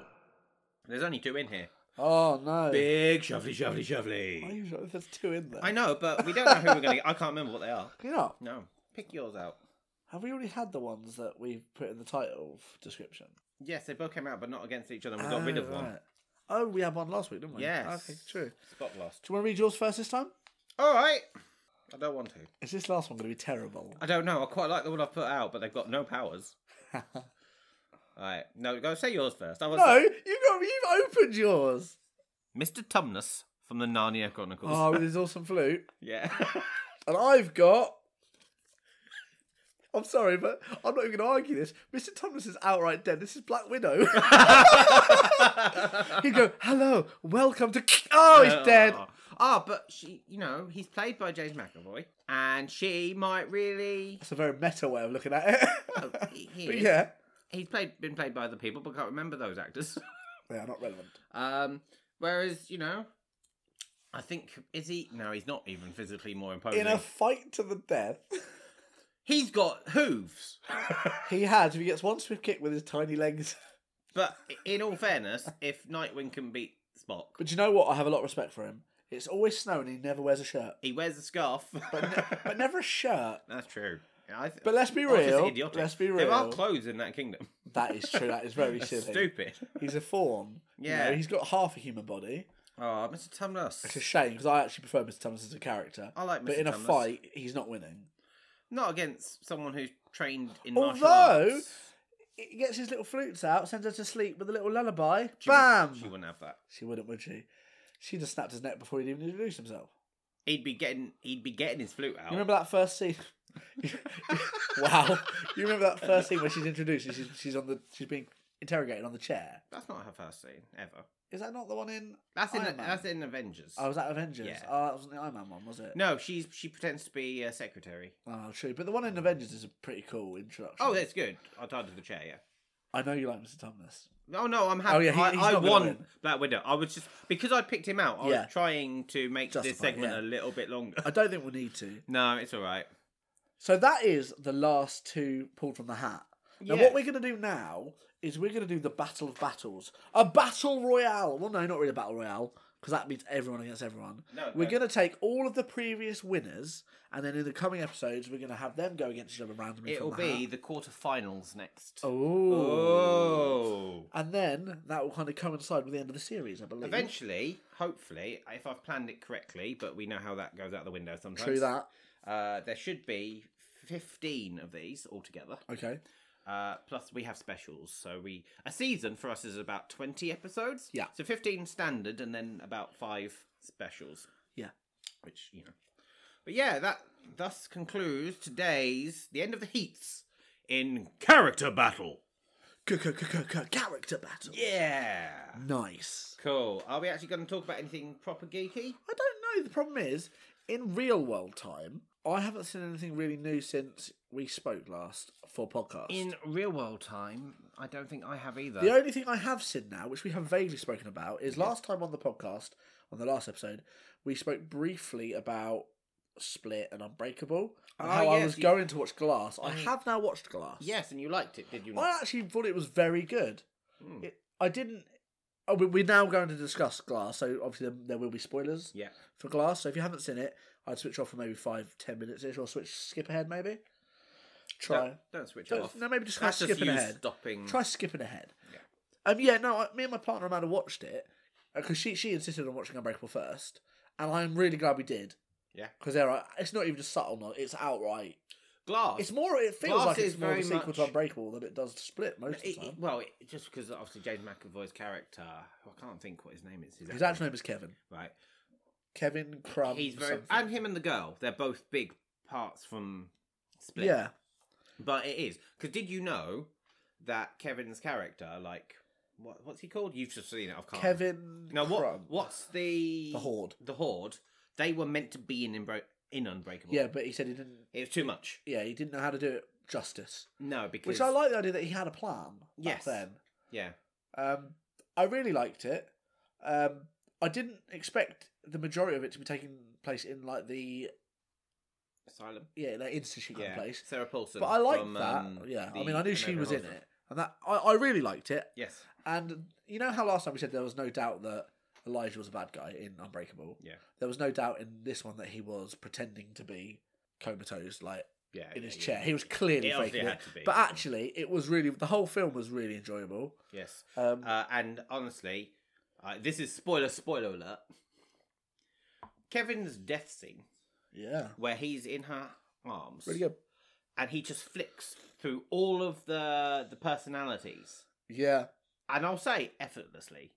S2: There's only two in here.
S1: Oh no!
S2: Big shovely, shovely,
S1: Why are
S2: shovely.
S1: you sure there's two in there?
S2: I know, but we don't know who we're going to. I can't remember what they are.
S1: You know,
S2: No, pick yours out.
S1: have we already had the ones that we put in the title description?
S2: Yes, they both came out, but not against each other. and We got rid
S1: Oh,
S2: of one.
S1: right. Oh, we had one last week, didn't we?
S2: Yes.
S1: Okay, true.
S2: Spot lost.
S1: Do you want to read yours first this time?
S2: All right. I don't want to.
S1: Is this last one going to be terrible?
S2: I don't know. I quite like the one I've put out, but they've got no powers. All right. No, go say yours first. I was
S1: No, you got you've opened yours.
S2: Mr. Tumnus from the Narnia Chronicles.
S1: Oh, with his awesome flute.
S2: Yeah.
S1: And I've got. I'm sorry, but I'm not even going to argue this. Mr. Thomas is outright dead. This is Black Widow. He'd go, hello, welcome to. Oh, he's dead.
S2: Oh. Oh, but she, you know, he's played by James McAvoy, and she might really.
S1: That's a very meta way of looking at it.
S2: Oh, he- he
S1: but
S2: is.
S1: yeah.
S2: He's played, been played by other people, but can't remember those actors.
S1: Yeah, not relevant.
S2: Um, whereas, you know, I think is he? No, he's not even physically more imposing.
S1: In a fight to the death,
S2: He's got hooves.
S1: he has, if he gets one swift kick with his tiny legs.
S2: But in all fairness, if Nightwing can beat Spock,
S1: But do you know what? I have a lot of respect for him. It's always snowing and he never wears a shirt.
S2: he wears a scarf.
S1: But never a shirt.
S2: That's true. I th-
S1: But let's be
S2: I was just
S1: real.
S2: idiotic.
S1: Let's be
S2: There are
S1: real.
S2: clothes in that kingdom.
S1: That is true. That is very silly.
S2: Stupid.
S1: He's a fawn. Yeah.
S2: Yeah.
S1: he's got half a human body.
S2: Oh, Mr.
S1: It's a
S2: Tumnus.
S1: shame because I actually prefer Mr. Thomas as a character.
S2: I like Mr.
S1: But in a
S2: Tumnus.
S1: fight, he's not winning.
S2: Not against someone who's trained in martial
S1: Although-
S2: arts.
S1: He gets his little flutes out, sends her to sleep with a little lullaby.
S2: She
S1: Bam!
S2: wouldn't- She wouldn't have that.
S1: She wouldn't, would she? She'd have snapped his neck before he'd even introduced himself.
S2: He'd be getting he'd be getting his flute out.
S1: You remember that first scene? wow. You remember that first scene where she's introduced and she's, she's on the she's being interrogated on the chair?
S2: That's not her first scene ever.
S1: Is that not the one in
S2: That's in
S1: Iron Man.
S2: that's in Avengers.
S1: Oh, was that Avengers?
S2: Yeah.
S1: Oh, that wasn't the Iron Man one, was it?
S2: No, she's she pretends to be a secretary.
S1: Oh, true. But the one in Avengers is a pretty cool introduction.
S2: Oh, that's good. I tied to the chair. Yeah.
S1: I know you like Mr. Thomas.
S2: Oh no, I'm happy.
S1: Oh, yeah, he- he's
S2: I, I
S1: not gonna
S2: won
S1: win.
S2: Black Widow. I was just because I picked him out. I
S1: Yeah.
S2: was trying to make this
S1: Justify it,
S2: segment
S1: yeah.
S2: a little bit longer.
S1: I don't think we need to.
S2: no, it's all right.
S1: So that is the last two pulled from the hat. Now,
S2: Yeah.
S1: what we're going to do now is we're going to do the Battle of Battles. A Battle Royale. Well, no, not really a Battle Royale, because that means everyone against everyone.
S2: No,
S1: We're
S2: no.
S1: going to take all of the previous winners, and then in the coming episodes, we're going to have them go against each other randomly.
S2: It'll
S1: from the
S2: be the quarterfinals next.
S1: Hat. Oh.
S2: Oh.
S1: And then that will kind of coincide with the end of the series, I believe.
S2: Eventually, hopefully, if I've planned it correctly, but we know how that goes out the window sometimes.
S1: True that.
S2: Uh, there should be 15 of these altogether.
S1: Okay.
S2: Uh, plus, we have specials. So we a season for us is about 20 episodes.
S1: Yeah.
S2: So 15 standard, and then about five specials.
S1: Yeah.
S2: Which you know. But yeah, that thus concludes today's the end of the heats in character battle.
S1: Character battle.
S2: Yeah.
S1: Nice.
S2: Cool. Are we actually going to talk about anything proper geeky?
S1: I don't know. The problem is, in real world time, I haven't seen anything really new since we spoke last for podcast.
S2: In real world time, I don't think I have either.
S1: the only thing I have seen now, which we have vaguely spoken about, is last time on the podcast, on the last episode, we spoke briefly about Split and Unbreakable. And
S2: Ah,
S1: how I
S2: yes,
S1: was
S2: you-
S1: going to watch Glass. I
S2: Mm.
S1: have now watched Glass.
S2: Yes, and you liked it, did you not?
S1: I actually thought it was very good.
S2: Mm.
S1: It, I didn't. Oh, we- we're now going to discuss Glass, so obviously there, there will be spoilers.
S2: Yeah.
S1: for Glass. So if you haven't seen it, I'd switch off for maybe five, ten minutes ish, or switch skip ahead maybe. Try
S2: Don't, don't switch
S1: Don't-
S2: off.
S1: no, maybe just try
S2: That's just
S1: skipping
S2: you
S1: ahead.
S2: stopping.
S1: try skipping ahead.
S2: Yeah.
S1: Um. Yeah. No. I, me and my partner Amanda watched it because she she insisted on watching Unbreakable first, and I'm really glad we did.
S2: Yeah.
S1: Because there are it's not even just subtle, not it's outright.
S2: Glass.
S1: It's more. It feels
S2: Glass
S1: like
S2: is
S1: it's more of a
S2: very
S1: sequel to
S2: much-
S1: Unbreakable than it does to Split most of the
S2: It-
S1: time.
S2: it- well, it, just because obviously James McAvoy's character, who I can't think what his name is.
S1: His actual name is Kevin.
S2: right.
S1: Kevin Crumb.
S2: He's very
S1: um, something.
S2: and him and the girl. They're both big parts from Split.
S1: yeah.
S2: but it is because did you know that Kevin's character, like what what's he called? You've just seen it. I can't.
S1: Kevin.
S2: No, what
S1: Crumb.
S2: what's the
S1: The Horde.
S2: The Horde. They were meant to be in Imbro- in Unbreakable.
S1: Yeah, but he said he didn't.
S2: it was too much.
S1: Yeah, he didn't know how to do it justice.
S2: No, because
S1: Which I like the idea that he had a plan
S2: Yes.
S1: back then.
S2: Yeah,
S1: Um, I really liked it. Um, I didn't expect the majority of it to be taking place in like the
S2: Asylum.
S1: yeah that institute kind
S2: Yeah,
S1: of place,
S2: Sarah Paulson.
S1: but I liked
S2: from,
S1: that.
S2: um,
S1: yeah, I
S2: the
S1: mean, I knew she
S2: American
S1: was in
S2: Horror
S1: it, and that I, I really liked it.
S2: Story. Yes.
S1: And you know how last time we said there was no doubt that Elijah was a bad guy in Unbreakable.
S2: Yeah.
S1: There was no doubt in this one that he was pretending to be comatose, like
S2: Yeah.
S1: in
S2: yeah,
S1: his
S2: yeah,
S1: chair.
S2: yeah.
S1: He was clearly
S2: It obviously
S1: faking it.
S2: had to be.
S1: But actually, it was really the whole film was really enjoyable.
S2: Yes.
S1: Um,
S2: Uh, and honestly, uh, this is spoiler, spoiler alert. Kevin's death scene,
S1: yeah,
S2: where he's in her arms,
S1: really good.
S2: and he just flicks through all of the the personalities,
S1: Yeah.
S2: and I'll say effortlessly.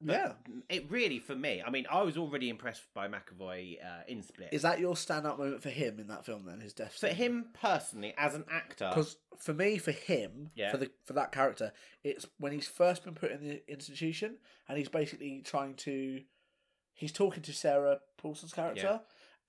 S2: But
S1: Yeah.
S2: It really for me. I mean, I was already impressed by McAvoy uh, in Split.
S1: Is that your stand-up moment for him in that film? Then his death.
S2: for him personally as an actor?
S1: Because for me, for him,
S2: Yeah.
S1: for the for that character, it's when he's first been put in the institution, and he's basically trying to, he's talking to Sarah Paulson's character,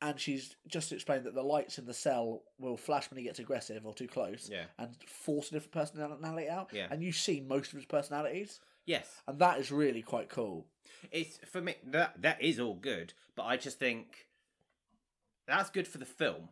S1: and she's just explained that the lights in the cell will flash when he gets aggressive or too close,
S2: Yeah.
S1: and force a different personality out,
S2: Yeah.
S1: and you see most of his personalities,
S2: Yes.
S1: and that is really quite cool.
S2: It's for me that that is all good, but I just think that's good for the film.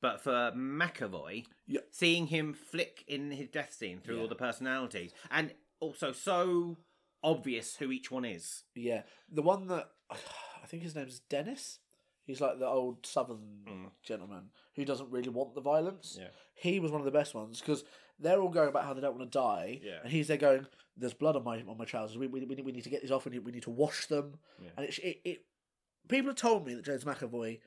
S2: But for McAvoy,
S1: Yeah.
S2: seeing him flick in his death scene through
S1: Yeah.
S2: all the personalities, and also so obvious who each one is.
S1: Yeah, the one that I think his name's Dennis. He's like the old southern
S2: Mm.
S1: gentleman who doesn't really want the violence.
S2: Yeah.
S1: He was one of the best ones because they're all going about how they don't want to die,
S2: Yeah.
S1: and he's there going, "There's blood on my on my trousers. We we, we, need, we need to get these off. We need we need to wash them."
S2: Yeah.
S1: And it's it, it. People have told me that James McAvoy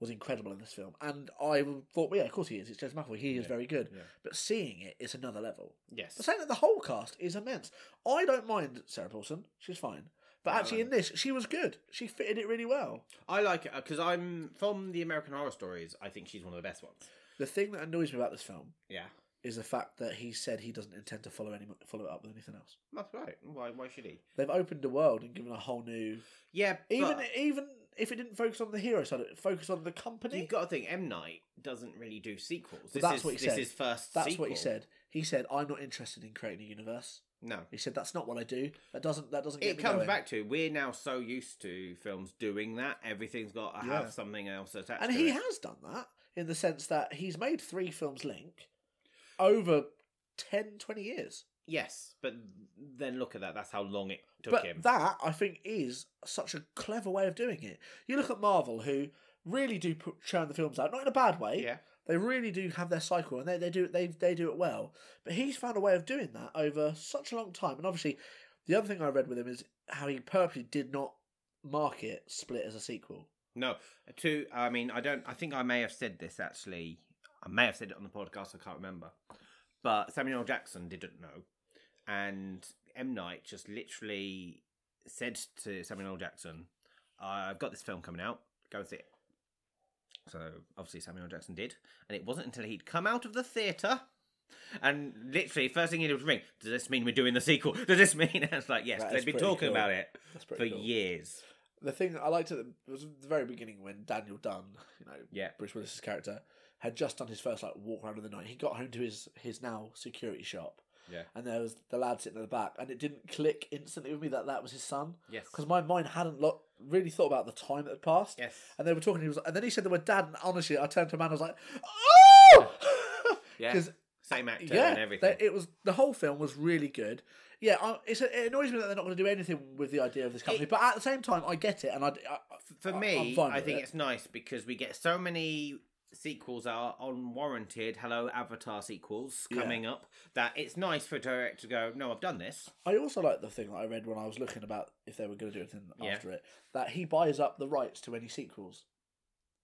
S1: was incredible in this film, and I thought, well, yeah, of course he is. It's James McAvoy. He is
S2: Yeah.
S1: very good.
S2: Yeah.
S1: But seeing it, it's another level. The
S2: Yes.
S1: saying that the whole cast is immense. I don't mind Sarah Paulson; she's fine. But
S2: No,
S1: actually,
S2: I-
S1: in this, she was good. She fitted it really well.
S2: I like it because I'm from the American Horror Stories. I think she's one of the best ones.
S1: The thing that annoys me about this film
S2: Yeah,
S1: is the fact that he said he doesn't intend to follow any follow it up with anything else.
S2: that's right. Why? Why should he?
S1: They've opened the world and given a whole new.
S2: Yeah,
S1: Even
S2: but
S1: even if it didn't focus on the hero side, it focused on the company.
S2: you've got to think M Night doesn't really do sequels. This
S1: that's
S2: is,
S1: what he
S2: this
S1: said.
S2: is first.
S1: That's what he
S2: sequel.
S1: said. He said, "I'm not interested in creating a universe."
S2: No,
S1: He said, "That's not what I do. That doesn't that doesn't." Get
S2: it
S1: me
S2: comes
S1: going."
S2: back to we're now so used to films doing that. Everything's got to
S1: Yeah.
S2: have something else attached.
S1: and
S2: to
S1: he
S2: it.
S1: has done that in the sense that he's made three films link over 10 20 years
S2: yes, but then look at that. That's how long it took
S1: but
S2: him.
S1: that i think is such a clever way of doing it you look at marvel who really do put, churn the films out not in a bad way
S2: yeah,
S1: they really do have their cycle and they, they do they, they do it well but he's found a way of doing that over such a long time and obviously the other thing i read with him is how he purposely did not market split as a sequel
S2: no. To I mean, I don't. I think I may have said this actually. I may have said it on the podcast. I can't remember. But Samuel L. Jackson didn't know, and M Night just literally said to Samuel L. Jackson, "I've got this film coming out. Go and see it." So obviously Samuel L. Jackson did, and it wasn't until he'd come out of the theater. And literally, first thing he did was ring. Does this mean we're doing the sequel? Does this mean? And it's like, yes,
S1: That is
S2: they've been
S1: pretty
S2: talking
S1: cool.
S2: about it
S1: that's
S2: for years.
S1: the thing that I liked at the, was at the very beginning when Daniel Dunn, you know,
S2: Yeah.
S1: Bruce Willis's character, had just done his first like walk around of the night. He got home to his his now security shop,
S2: Yeah.
S1: and there was the lad sitting at the back, and it didn't click instantly with me that that was his son
S2: Yes.
S1: because my mind hadn't lo- really thought about the time that had passed.
S2: Yes.
S1: And they were talking. He was, and then he said the word "dad," and honestly, I turned to him and I was like, "Oh!"
S2: Yeah.
S1: 'Cause
S2: Same actor
S1: Uh, yeah,
S2: and everything.
S1: they- it was the whole film was really good. Yeah, I, it's, it annoys me that they're not going to do anything with the idea of this company,
S2: It-
S1: but at the same time, I get it, and I, I
S2: for
S1: I- I'm
S2: me,
S1: fine
S2: I
S1: with
S2: think
S1: it.
S2: it's nice because we get so many sequels that are unwarranted. Hello, Avatar sequels
S1: Yeah.
S2: coming up. That it's nice for a director to go. No, I've done this.
S1: I also like the thing that I read when I was looking about if they were going to do anything
S2: Yeah.
S1: after it that he buys up the rights to any sequels.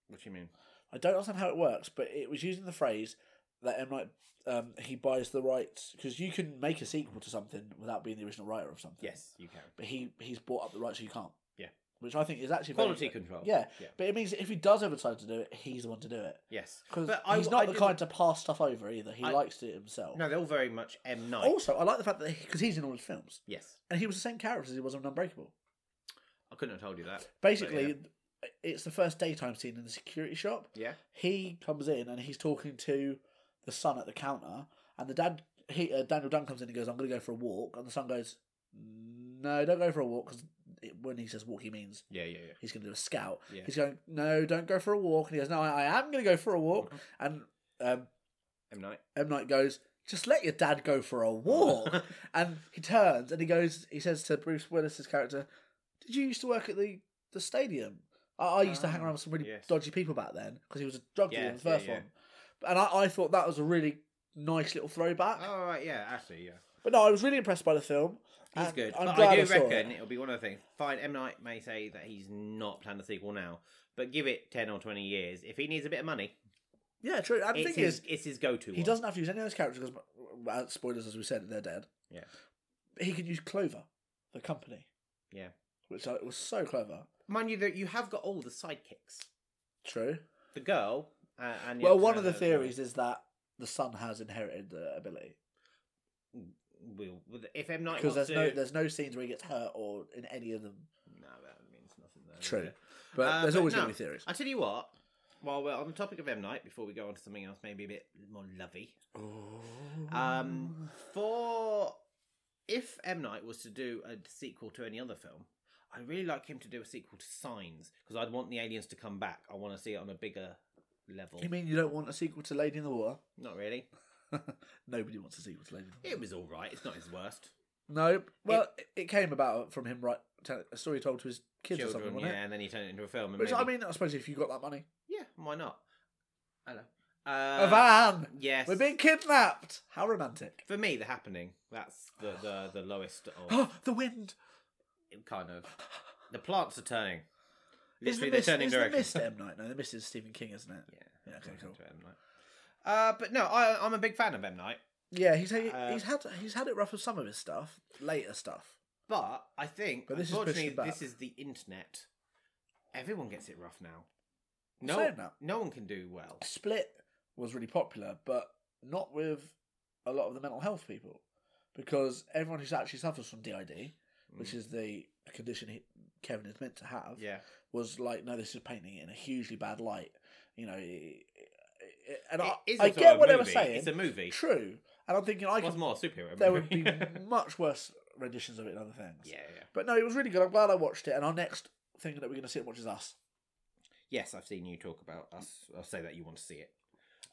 S2: What do you mean?
S1: I don't understand how it works, but it was using the phrase that M Night um, he buys the rights because you can make a sequel to something without being the original writer of something.
S2: Yes, you can.
S1: but he he's bought up the rights, so you can't.
S2: Yeah.
S1: which I think is actually very-
S2: Quality control.
S1: Yeah.
S2: Yeah.
S1: but it means that if he does ever decide to do it, he's the one to do it.
S2: Yes.
S1: Because
S2: But I-
S1: he's not
S2: I
S1: the
S2: didn't-
S1: kind to pass stuff over either. He
S2: I-
S1: likes to do it himself.
S2: No, they're all very much M Night.
S1: Also, I like the fact that because he's in all his films,
S2: yes.
S1: and he was the same character as he was on Unbreakable.
S2: I couldn't have told you that.
S1: Basically, it's the first daytime scene in the security shop.
S2: Yeah.
S1: He comes in and he's talking to the son at the counter, and the dad, he, uh, Daniel Dunn, comes in and goes, "I'm going to go for a walk," and the son goes, "No, don't go for a walk," because when he says walk, he means
S2: Yeah. Yeah. Yeah.
S1: he's going to do a scout.
S2: Yeah.
S1: He's going, "No, don't go for a walk," and he goes, "No, I, I am going to go for a walk," and um,
S2: M Night.
S1: M Night goes, "Just let your dad go for a walk." and he turns and he goes, he says to Bruce Willis's character, "Did you used to work at the the stadium? I, I used to hang
S2: Ah,
S1: around with some really
S2: yes.
S1: dodgy people back then because he was a drug dealer
S2: Yeah,
S1: in the first
S2: yeah, yeah.
S1: one." And I, I thought that was a really nice little throwback.
S2: oh right. Yeah. Actually. Yeah.
S1: But no, I was really impressed by the film.
S2: He's
S1: and
S2: good.
S1: I'm
S2: but
S1: glad
S2: I do
S1: saw
S2: reckon
S1: it.
S2: it. will be one of the things. Fine, M Night may say that he's not planned a sequel now, but give it ten or twenty years. If he needs a bit of money,
S1: Yeah, true. And the
S2: It's
S1: thing
S2: his,
S1: is,
S2: it's his go-to.
S1: he
S2: one.
S1: doesn't have to use any of those characters because, uh, spoilers as we said, they're dead.
S2: Yeah.
S1: But he can use Clover, the company.
S2: Yeah.
S1: Which I, was so clever.
S2: Mind you, that you have got all the sidekicks.
S1: True.
S2: The girl. Uh, and
S1: well,
S2: yet,
S1: one
S2: uh,
S1: of the theories is that the son has inherited the ability
S2: We'll, with- if M Night
S1: because
S2: wants
S1: there's
S2: to,
S1: no there's no scenes where he gets hurt or in any of them.
S2: no, that means nothing. There, does
S1: True.
S2: it?
S1: But
S2: Uh,
S1: there's
S2: but
S1: always
S2: no.
S1: going to be theories.
S2: I tell you what. While we're on the topic of M Night, before we go on to something else, maybe a bit more lovey. Um, for if M Night was to do a sequel to any other film, I really like him to do a sequel to Signs because I'd want the aliens to come back. I want to see it on a bigger level.
S1: you mean you don't want a sequel to Lady in the Water?
S2: Not really.
S1: Nobody wants a sequel to Lady in the Water.
S2: It was all right. It's not his worst.
S1: No, well, it, it came about from him right tell- a story told to his kids or
S2: Children,
S1: something,
S2: yeah,
S1: wasn't it?
S2: and then he turned it into a film. and
S1: Which I
S2: maybe-
S1: mean, I suppose if you got that money,
S2: yeah, why not? Hello.
S1: a
S2: Uh,
S1: van,
S2: yes.
S1: we're being kidnapped. How romantic!
S2: For me, the happening. That's the the, the lowest of
S1: Oh, the wind.
S2: kind of. The plants are turning.
S1: Is the
S2: Literally, they're
S1: mist,
S2: turning
S1: is the
S2: direction.
S1: mist M Night? No, the mist is Stephen King, isn't it?
S2: Yeah.
S1: Yeah, okay, cool.
S2: To M. Night. Uh, but no, I, I'm a big fan of M Night,
S1: Yeah, he's had,
S2: Uh,
S1: he's had he's had it rough with some of his stuff, later stuff.
S2: but I think
S1: But this is
S2: unfortunately
S1: pushing back.
S2: this is the internet. Everyone gets it rough now.
S1: I'm
S2: No,
S1: saying that.
S2: no one can do well.
S1: Split was really popular, but not with a lot of the mental health people, because everyone who actually suffers from DID, which is the condition he, Kevin is meant to have,
S2: Mm. Yeah,
S1: was like, no, this is painting it in a hugely bad light. You know, it- it- and I,
S2: It is
S1: I
S2: also
S1: get
S2: a
S1: what they were
S2: movie.
S1: saying.
S2: It's a movie.
S1: True, and I'm thinking I
S2: What's
S1: can,
S2: more, a superhero
S1: there would
S2: movie.
S1: be much worse renditions of it in other things.
S2: yeah, yeah.
S1: But no, it was really good. I'm glad I watched it. And our next thing that we're going to sit and watch is Us.
S2: Yes, I've seen you talk about us. I'll say that you want to see it.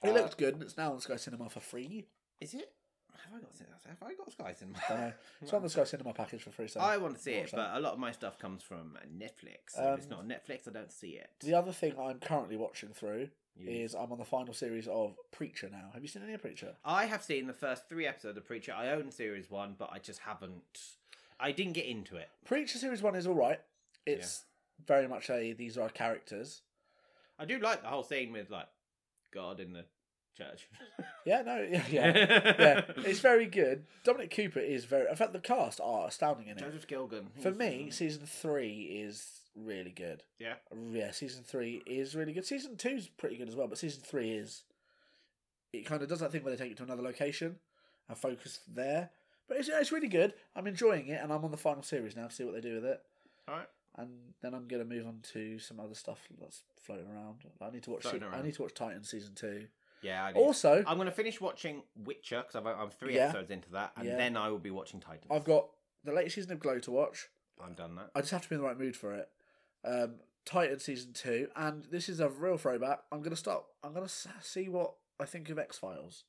S1: It
S2: Uh,
S1: looked good, and it's now on Sky Cinema for free.
S2: Is it? Have I got Have I got Sky Cinema?
S1: Dunno. It's on the Sky Cinema package for free. So
S2: I want to see it,
S1: Watch
S2: but
S1: that.
S2: a lot of my stuff comes from Netflix. and if
S1: Um,
S2: it's not on Netflix, I don't see it.
S1: the other thing I'm currently watching through
S2: You-
S1: is I'm on the final series of Preacher now. Have you seen any of Preacher?
S2: I have seen the first three episodes of Preacher. I own series one, but I just haven't. I didn't get into it.
S1: Preacher series one is all right. It's very much a these are our characters.
S2: I do like the whole scene with like God in the church.
S1: Yeah, no, yeah, yeah. yeah. It's very good. Dominic Cooper is very. In fact, the cast are astounding in it.
S2: Joseph Gilgan.
S1: For me, season three is really good.
S2: Hmm. Yeah.
S1: Yeah, season three is really good. Season two's pretty good as well, but season three is it kind of does that thing where they take it to another location and focus there. But it's, it's really good. I'm enjoying it, and I'm on the final series now to see what they do with it.
S2: all right.
S1: And then I'm gonna move on to some other stuff that's floating around. I need to watch.
S2: Floating
S1: I
S2: around.
S1: need to watch Titan season two.
S2: Yeah. I
S1: Also,
S2: also, I'm going to finish watching Witcher because I'm three
S1: Yeah.
S2: episodes into that, and
S1: Yeah.
S2: then I will be watching Titans.
S1: I've got the latest season of Glow to watch.
S2: I've done that.
S1: I just have to be in the right mood for it. Um, Titan season two, and this is a real throwback. I'm gonna start. I'm gonna s- see what I think of X Files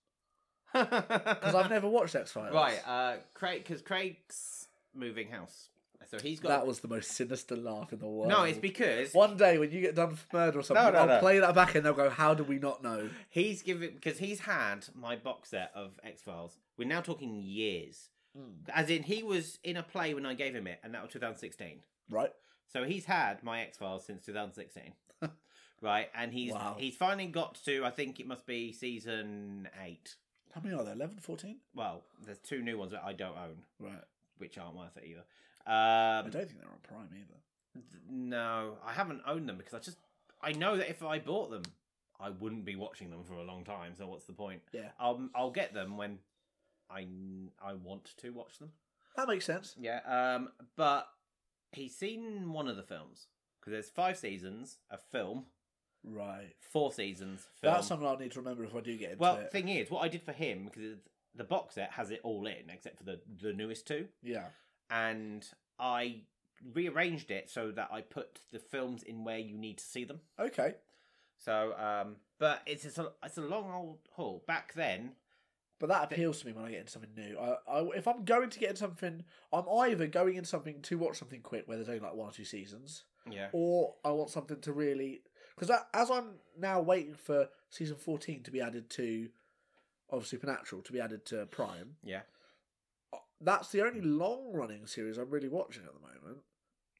S1: because I've never watched X Files.
S2: Right, uh, Craig, because Craig's moving house, so he's got.
S1: that was the most sinister laugh in the world.
S2: no, it's because
S1: one day when you get done for murder or something,
S2: No, no,
S1: I'll
S2: no.
S1: play that back and they'll go, "How do we not know?"
S2: he's giving because he's had my box set of X Files. We're now talking years,
S1: Hmm.
S2: as in he was in a play when I gave him it, and that was 2016.
S1: Right?
S2: So he's had my X Files since 2016. Right, and he's
S1: Wow.
S2: he's finally got to I think it must be season eight.
S1: How many are there? 11, 14?
S2: Well, there's two new ones that I don't own,
S1: Right.
S2: which aren't worth it either.
S1: I
S2: Um,
S1: don't think they're on Prime either.
S2: Th- No, I haven't owned them because I just I know that if I bought them, I wouldn't be watching them for a long time. So what's the point?
S1: Yeah.
S2: I'll I'll get them when I I want to watch them.
S1: That makes sense.
S2: Yeah. Um. But he's seen one of the films because there's five seasons of film,
S1: Right.
S2: four seasons film.
S1: That's something I'll need to remember if I do get into
S2: well,
S1: it.
S2: thing is, what I did for him because the box set has it all in except for the the newest two,
S1: yeah.
S2: and I rearranged it so that I put the films in where you need to see them.
S1: Okay.
S2: So, um, but it's it's a it's a long old haul. Back then,
S1: But that appeals to me when I get into something new. I, I, if I'm going to get into something, I'm either going into something to watch something quick where there's only like one or two seasons,
S2: yeah,
S1: or I want something to really. Because as I'm now waiting for season 14 to be added to. of Supernatural to be added to Prime,
S2: yeah,
S1: uh, that's the only long running series I'm really watching at the moment.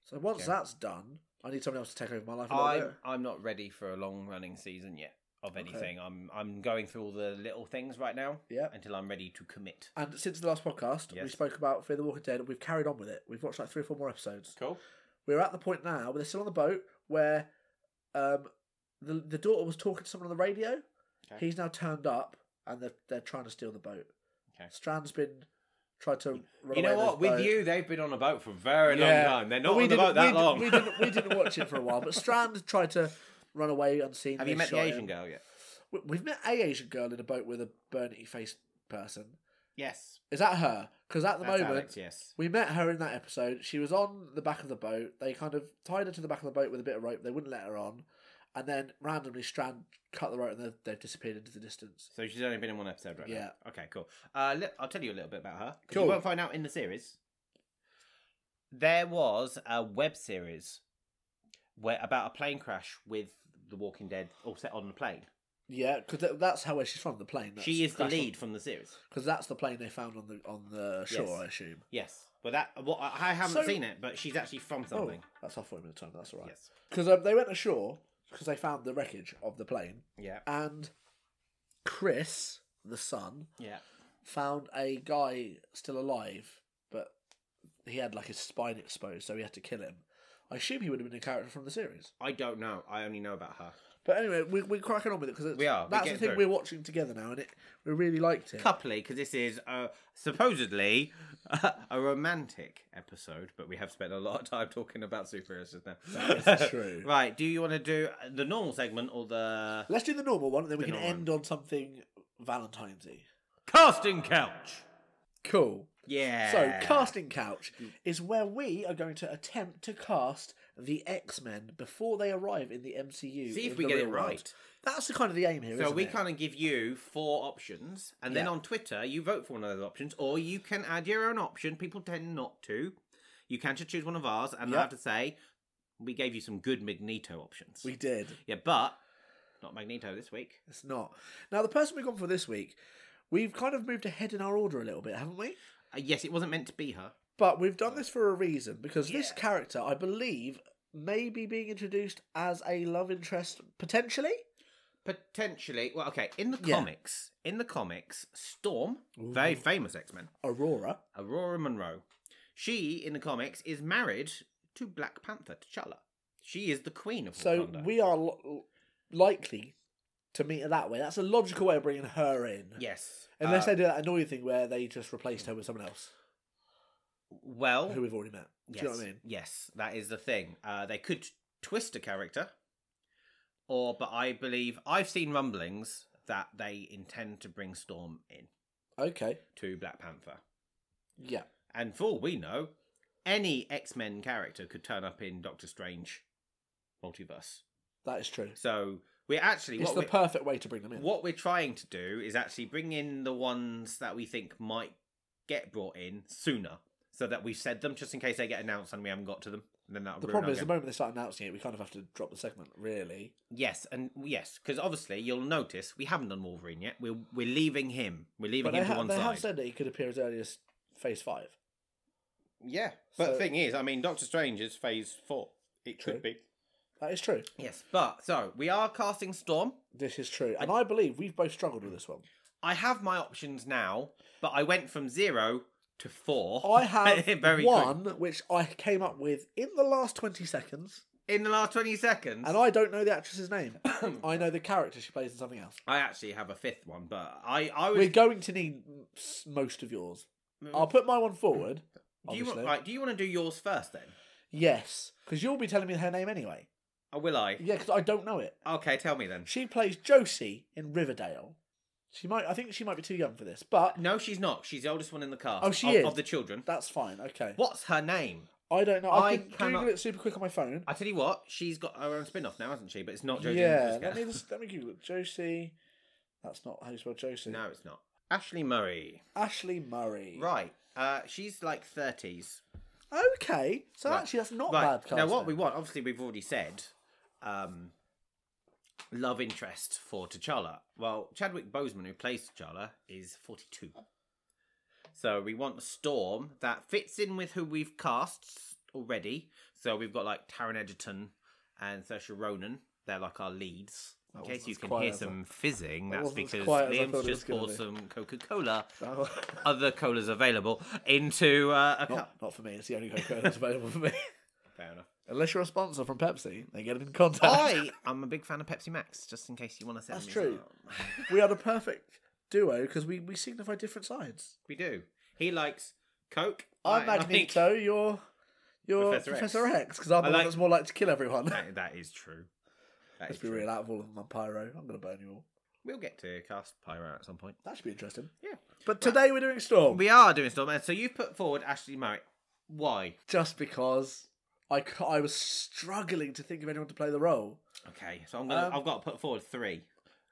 S1: So once
S2: Okay.
S1: that's done, I need something else to take over my life. A little
S2: I'm
S1: bit.
S2: I'm not ready for a long running season yet. of anything. I'm I'm going through all the little things right now
S1: Yep.
S2: until I'm ready to commit.
S1: And since the last podcast, we
S2: Yes.
S1: spoke about Fear the Walking Dead, and we've carried on with it. We've watched like three or four more episodes.
S2: Cool.
S1: We're at the point now where they're still on the boat where um, the, the daughter was talking to someone on the radio.
S2: Okay.
S1: He's now turned up, and they're, they're trying to steal the boat.
S2: Okay.
S1: Strand's been tried to run away
S2: You know what?
S1: his
S2: With
S1: boat.
S2: you, they've been on a boat for a very
S1: Yeah.
S2: long time. They're
S1: But
S2: not
S1: we
S2: on the
S1: didn't-
S2: boat that
S1: we,
S2: long.
S1: We didn't, we didn't watch it for a while, but Strand tried to run away unseen.
S2: Have you
S1: They
S2: met the
S1: shot
S2: Asian
S1: him.
S2: girl yet?
S1: We, we've met a Asian girl in a boat with a burny faced person.
S2: Yes.
S1: Is that her? Because at the
S2: That's
S1: moment,
S2: Alex, yes.
S1: we met her in that episode. She was on the back of the boat. They kind of tied her to the back of the boat with a bit of rope. They wouldn't let her on. And then randomly, Strand cut the rope and they've, they've disappeared into the distance.
S2: So she's only been in one episode right now.
S1: Yeah.
S2: Okay, cool. Uh, let, I'll tell you a little bit about her. 'cause
S1: Cool.
S2: You won't find out in the series. There was a web series where about a plane crash with The Walking Dead, all set on the plane.
S1: Yeah, because that's how where she's from, the plane. That's
S2: she is the lead from the series.
S1: Because that's the plane they found on the on the shore, I assume.
S2: Yes, but that well, I I haven't
S1: So-
S2: seen it, but she's actually from something.
S1: Oh, that's halfway in the time. That's all right.
S2: Yes.
S1: Because um, they went ashore because they found the wreckage of the plane,
S2: Yeah.
S1: and Chris, the son,
S2: Yeah.
S1: found a guy still alive, but he had like his spine exposed, so he had to kill him. I assume he would have been a character from the series.
S2: I don't know. I only know about her.
S1: But anyway, we, we're cracking on with it because
S2: We are, we're
S1: That's the
S2: getting
S1: thing
S2: through.
S1: we're watching together now, and it we really liked it.
S2: Coupley, because this is uh, supposedly a romantic episode, but we have spent a lot of time talking about superheroes just now.
S1: That is true.
S2: right, do you want to do the normal segment or the
S1: Let's do the normal one, and then we
S2: The
S1: can
S2: normal
S1: end on something Valentine'sy.
S2: casting couch?
S1: Cool.
S2: Yeah.
S1: So, casting couch is where we are going to attempt to cast the X Men before they arrive in the MCU.
S2: See if
S1: in
S2: we
S1: the
S2: get it
S1: real world.
S2: right.
S1: That's the kind of the aim here.
S2: So
S1: isn't
S2: we
S1: it?
S2: kind of give you four options, and then
S1: Yeah.
S2: on Twitter you vote for one of those options, or you can add your own option. People tend not to. You can just choose one of ours, and I
S1: Yep.
S2: have to say, we gave you some good Magneto options.
S1: we did.
S2: Yeah, but not Magneto this week.
S1: It's not. Now the person we've gone for this week, we've kind of moved ahead in our order a little bit, haven't we?
S2: Uh, yes, it wasn't meant to be her.
S1: But we've done this for a reason because this
S2: Yeah.
S1: character, I believe, may be being introduced as a love interest potentially.
S2: Potentially, well, okay. In the
S1: Yeah.
S2: comics, in the comics, Storm, very famous X Men,
S1: Aurora.
S2: Aurora Monroe, she in the comics is married to Black Panther T'Challa. She is the queen of
S1: So
S2: Wakanda.
S1: we are lo- likely to meet her that way. That's a logical way of bringing her in.
S2: yes,
S1: Unless
S2: uh,
S1: they do that annoying thing where they just replaced her with someone else
S2: well,
S1: who we've already met. Do
S2: Oh. yes,
S1: you know what I mean?
S2: yes, that is the thing. Uh, they could twist a character, or but I believe I've seen rumblings that they intend to bring Storm in
S1: Okay.
S2: to Black Panther.
S1: Yeah.
S2: And for all we know, any X Men character could turn up in Doctor Strange multiverse.
S1: That is true.
S2: So we're actually
S1: it's
S2: what,
S1: the
S2: we're,
S1: perfect way to bring them in.
S2: what we're trying to do is actually bring in the ones that we think might get brought in sooner, so that we've said them just in case they get announced and we haven't got to them. And then that
S1: the problem is, the moment they start announcing it, we kind of have to drop the segment, really.
S2: yes, and yes, because obviously you'll notice we haven't done Wolverine yet. We're we're leaving him. We're leaving
S1: But they,
S2: him to
S1: ha-
S2: one
S1: they
S2: side.
S1: have said that he could appear as early as phase five.
S2: yeah, but
S1: So-
S2: the thing is, I mean, Doctor Strange is Phase Four. It
S1: True.
S2: could be.
S1: That is true.
S2: Yes, but so we are casting Storm.
S1: This is true. And I believe we've both struggled with this one.
S2: I have my options now, but I went from zero to four.
S1: I have
S2: very quick.
S1: one which I came up with in the last 20 seconds,
S2: in the last twenty seconds.
S1: and I don't know the actress's name. I know the character she plays in something else.
S2: I actually have a fifth one, but I I was. Mm.
S1: We're going to need s- most of yours. I'll put my one forward.
S2: do you want
S1: obviously.
S2: right, Do you want to do yours first then?
S1: Yes, because you'll be telling me her name anyway.
S2: Or Uh, will I?
S1: Yeah, because I don't know it.
S2: Okay, tell me then.
S1: She plays Josie in Riverdale. She might. I think she might be too young for this, but
S2: No, she's not. She's the oldest one in the cast.
S1: Oh, she
S2: of,
S1: is?
S2: of the children.
S1: that's fine. Okay.
S2: What's her name?
S1: I don't know.
S2: I
S1: I, can
S2: cannot-
S1: Google it super quick on my phone.
S2: I tell you what, she's got her own spin-off now, hasn't she? But it's not Jojo.
S1: yeah.
S2: and the
S1: Let me
S2: Pussycat.
S1: just, let me Google it. Josie. That's not how you spell Josie.
S2: No, it's not. Ashley Murray.
S1: Ashley Murray.
S2: Right. Uh, she's like thirties.
S1: Okay. So
S2: Right.
S1: actually, that's not
S2: Right.
S1: bad.
S2: Now,
S1: Casting.
S2: what we want, obviously, we've already said, um, love interest for T'Challa. Well, Chadwick Boseman, who plays T'Challa, is forty-two. So we want a storm that fits in with who we've cast already. So we've got like Taron Egerton and Saoirse Ronan. They're like our leads. In
S1: That
S2: case
S1: wasn't
S2: you
S1: as
S2: can
S1: quiet
S2: hear
S1: as I-
S2: some fizzing,
S1: That
S2: that's
S1: wasn't as
S2: because
S1: quiet as I thought
S2: Liam's
S1: it was
S2: just
S1: gonna
S2: poured
S1: be.
S2: some Coca Cola,
S1: That was-
S2: other colas available, into uh, a cup.
S1: not, not for me. It's the only Coca Cola that's available for me.
S2: Fair enough.
S1: Unless you're a sponsor from Pepsi, then get in contact.
S2: I am a big fan of Pepsi Max, just in case you want to send
S1: That's
S2: me
S1: true.
S2: some.
S1: We are the perfect duo because we, we signify different sides.
S2: We do. He likes Coke.
S1: I'm
S2: I like-
S1: Magneto. You're you're
S2: Professor X.
S1: Professor X because I'm
S2: I
S1: the one
S2: like-
S1: that's more like to kill everyone.
S2: That- that is true. That
S1: Let's
S2: is
S1: be
S2: true.
S1: real. Out of all of them, I'm Pyro. I'm gonna burn you all.
S2: We'll get to cast Pyro at some point.
S1: That should be interesting.
S2: Yeah.
S1: But today we're doing Storm
S2: We are doing Stormman. So you've put forward Ashley Merritt. Why?
S1: just because I, c- I was struggling to think of anyone to play the role.
S2: Okay, so I'm gonna.
S1: Um,
S2: I've got to put forward three.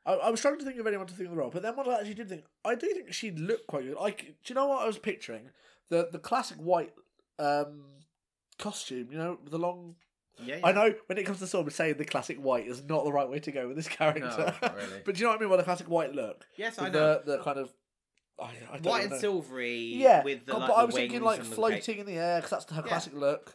S1: I, I was struggling to think of anyone to think of the role, but then when I actually did think, I do think she looked quite good. I, c- do you know what I was picturing? The the classic white um, costume, you know, with the long.
S2: Yeah.
S1: I know when it comes to Storm, saying the classic white is not the right way to go with this character.
S2: not really.
S1: but do you know what I mean by the classic white look?
S2: Yes, I
S1: With
S2: know.
S1: The, the kind of. I, I don't
S2: White
S1: know.
S2: and silvery.
S1: Yeah,
S2: With the,
S1: God,
S2: like,
S1: but
S2: the
S1: I was thinking
S2: wings
S1: like
S2: and the
S1: floating in the air because that's her
S2: Yeah.
S1: classic look.
S2: cape.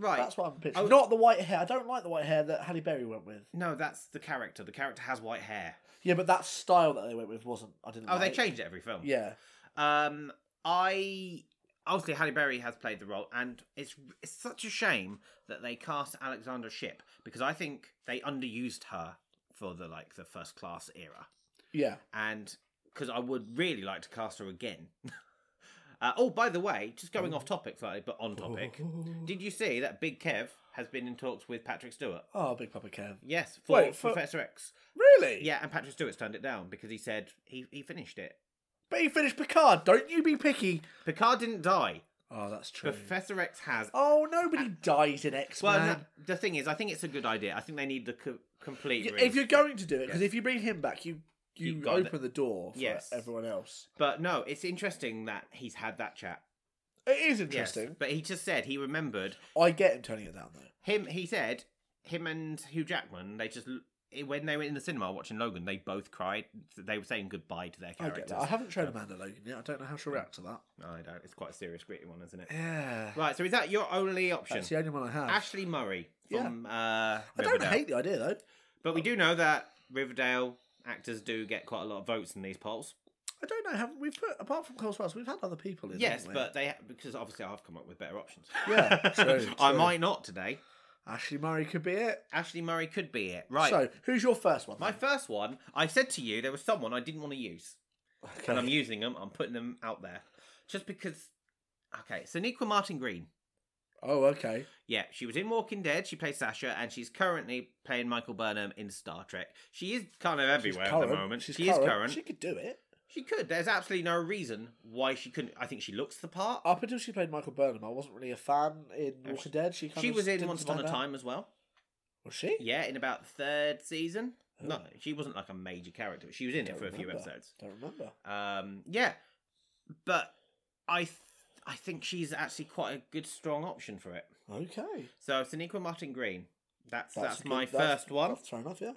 S2: Right.
S1: That's what I'm picturing.
S2: would-
S1: Not the white hair. I don't like the white hair that Halle Berry went with.
S2: No, that's the character. The character has white hair.
S1: Yeah, but that style that they went with wasn't. I didn't.
S2: Oh, they
S1: like.
S2: changed it every film.
S1: Yeah,
S2: Um, I obviously Halle Berry has played the role, and it's it's such a shame that they cast Alexandra Ship because I think they underused her for the like the first class era,
S1: yeah.
S2: and because I would really like to cast her again. uh, oh, by the way, just going off topic slightly, but on topic. Did you see that Big Kev has been in talks with Patrick Stewart?
S1: Oh, Big Papa Kev.
S2: Yes, for,
S1: Wait, for-
S2: Professor X.
S1: Really?
S2: Yeah, and Patrick Stewart's turned it down because he said he, he finished it.
S1: But he finished Picard. Don't you be picky.
S2: Picard didn't die.
S1: Oh, that's true.
S2: Professor X has
S1: oh, nobody dies in X
S2: Well,
S1: Men.
S2: no, the thing is, I think it's a good idea. I think they need the co- complete.
S1: if
S2: rinse.
S1: you're going to do it, because if you bring him back, you you,
S2: You've got
S1: open the door for
S2: Yes.
S1: everyone else.
S2: but no, it's interesting that he's had that chat.
S1: It is
S2: Yes,
S1: interesting.
S2: but he just said he remembered
S1: I get him turning it down though.
S2: him. He said him and Hugh Jackman. They just l- eh, when they were in the cinema watching Logan, they both cried. They were saying goodbye to their
S1: I get
S2: characters.
S1: that. I haven't shown Amanda Logan yet. I don't know how she'll react to that.
S2: I don't. It's quite a serious, gritty one, isn't it?
S1: Yeah.
S2: Right. So is that your only option?
S1: That's the only one I have.
S2: Ashley Murray
S1: Yeah.
S2: from uh,
S1: I don't
S2: Riverdale.
S1: hate the idea though.
S2: but we do know that Riverdale actors do get quite a lot of votes in these polls.
S1: I don't know. Haven't we put apart from Cole Sprouse, we've had other people in.
S2: Yes,
S1: haven't we?
S2: but they because obviously I've come up with better options.
S1: Yeah, true,
S2: I
S1: true.
S2: might not today.
S1: Ashley Murray could be it.
S2: Ashley Murray could be it. Right.
S1: So, who's your first one?
S2: my first one, I said to you there was someone I didn't want to use,
S1: Okay.
S2: and I'm using them. I'm putting them out there just because. Okay, so Nequa Martin Green.
S1: Oh, okay.
S2: Yeah, she was in Walking Dead. She plays Sasha, and she's currently playing Michael Burnham in Star Trek. She is kind of everywhere at the
S1: current.
S2: moment.
S1: She's
S2: she
S1: current.
S2: is current.
S1: She
S2: She...
S1: could do it.
S2: could. There's absolutely no reason why she couldn't. I think she looks the part.
S1: Up until she played Michael Burnham, I wasn't really a fan in
S2: Oh,
S1: Walking Dead. She kind
S2: She
S1: of
S2: was in
S1: didn't
S2: Once Upon a
S1: stand out.
S2: Time as well.
S1: Was she?
S2: Yeah, in about third season. No,
S1: Oh.
S2: she wasn't like a major character, but she was in it
S1: Don't
S2: for a few
S1: remember.
S2: episodes.
S1: Don't remember.
S2: Um, yeah, but I, th- I think she's actually quite a good strong option for it.
S1: Okay.
S2: So Sonequa Martin Green. That's that's,
S1: a good-
S2: my
S1: that's-
S2: first one.
S1: That's fair enough, yeah.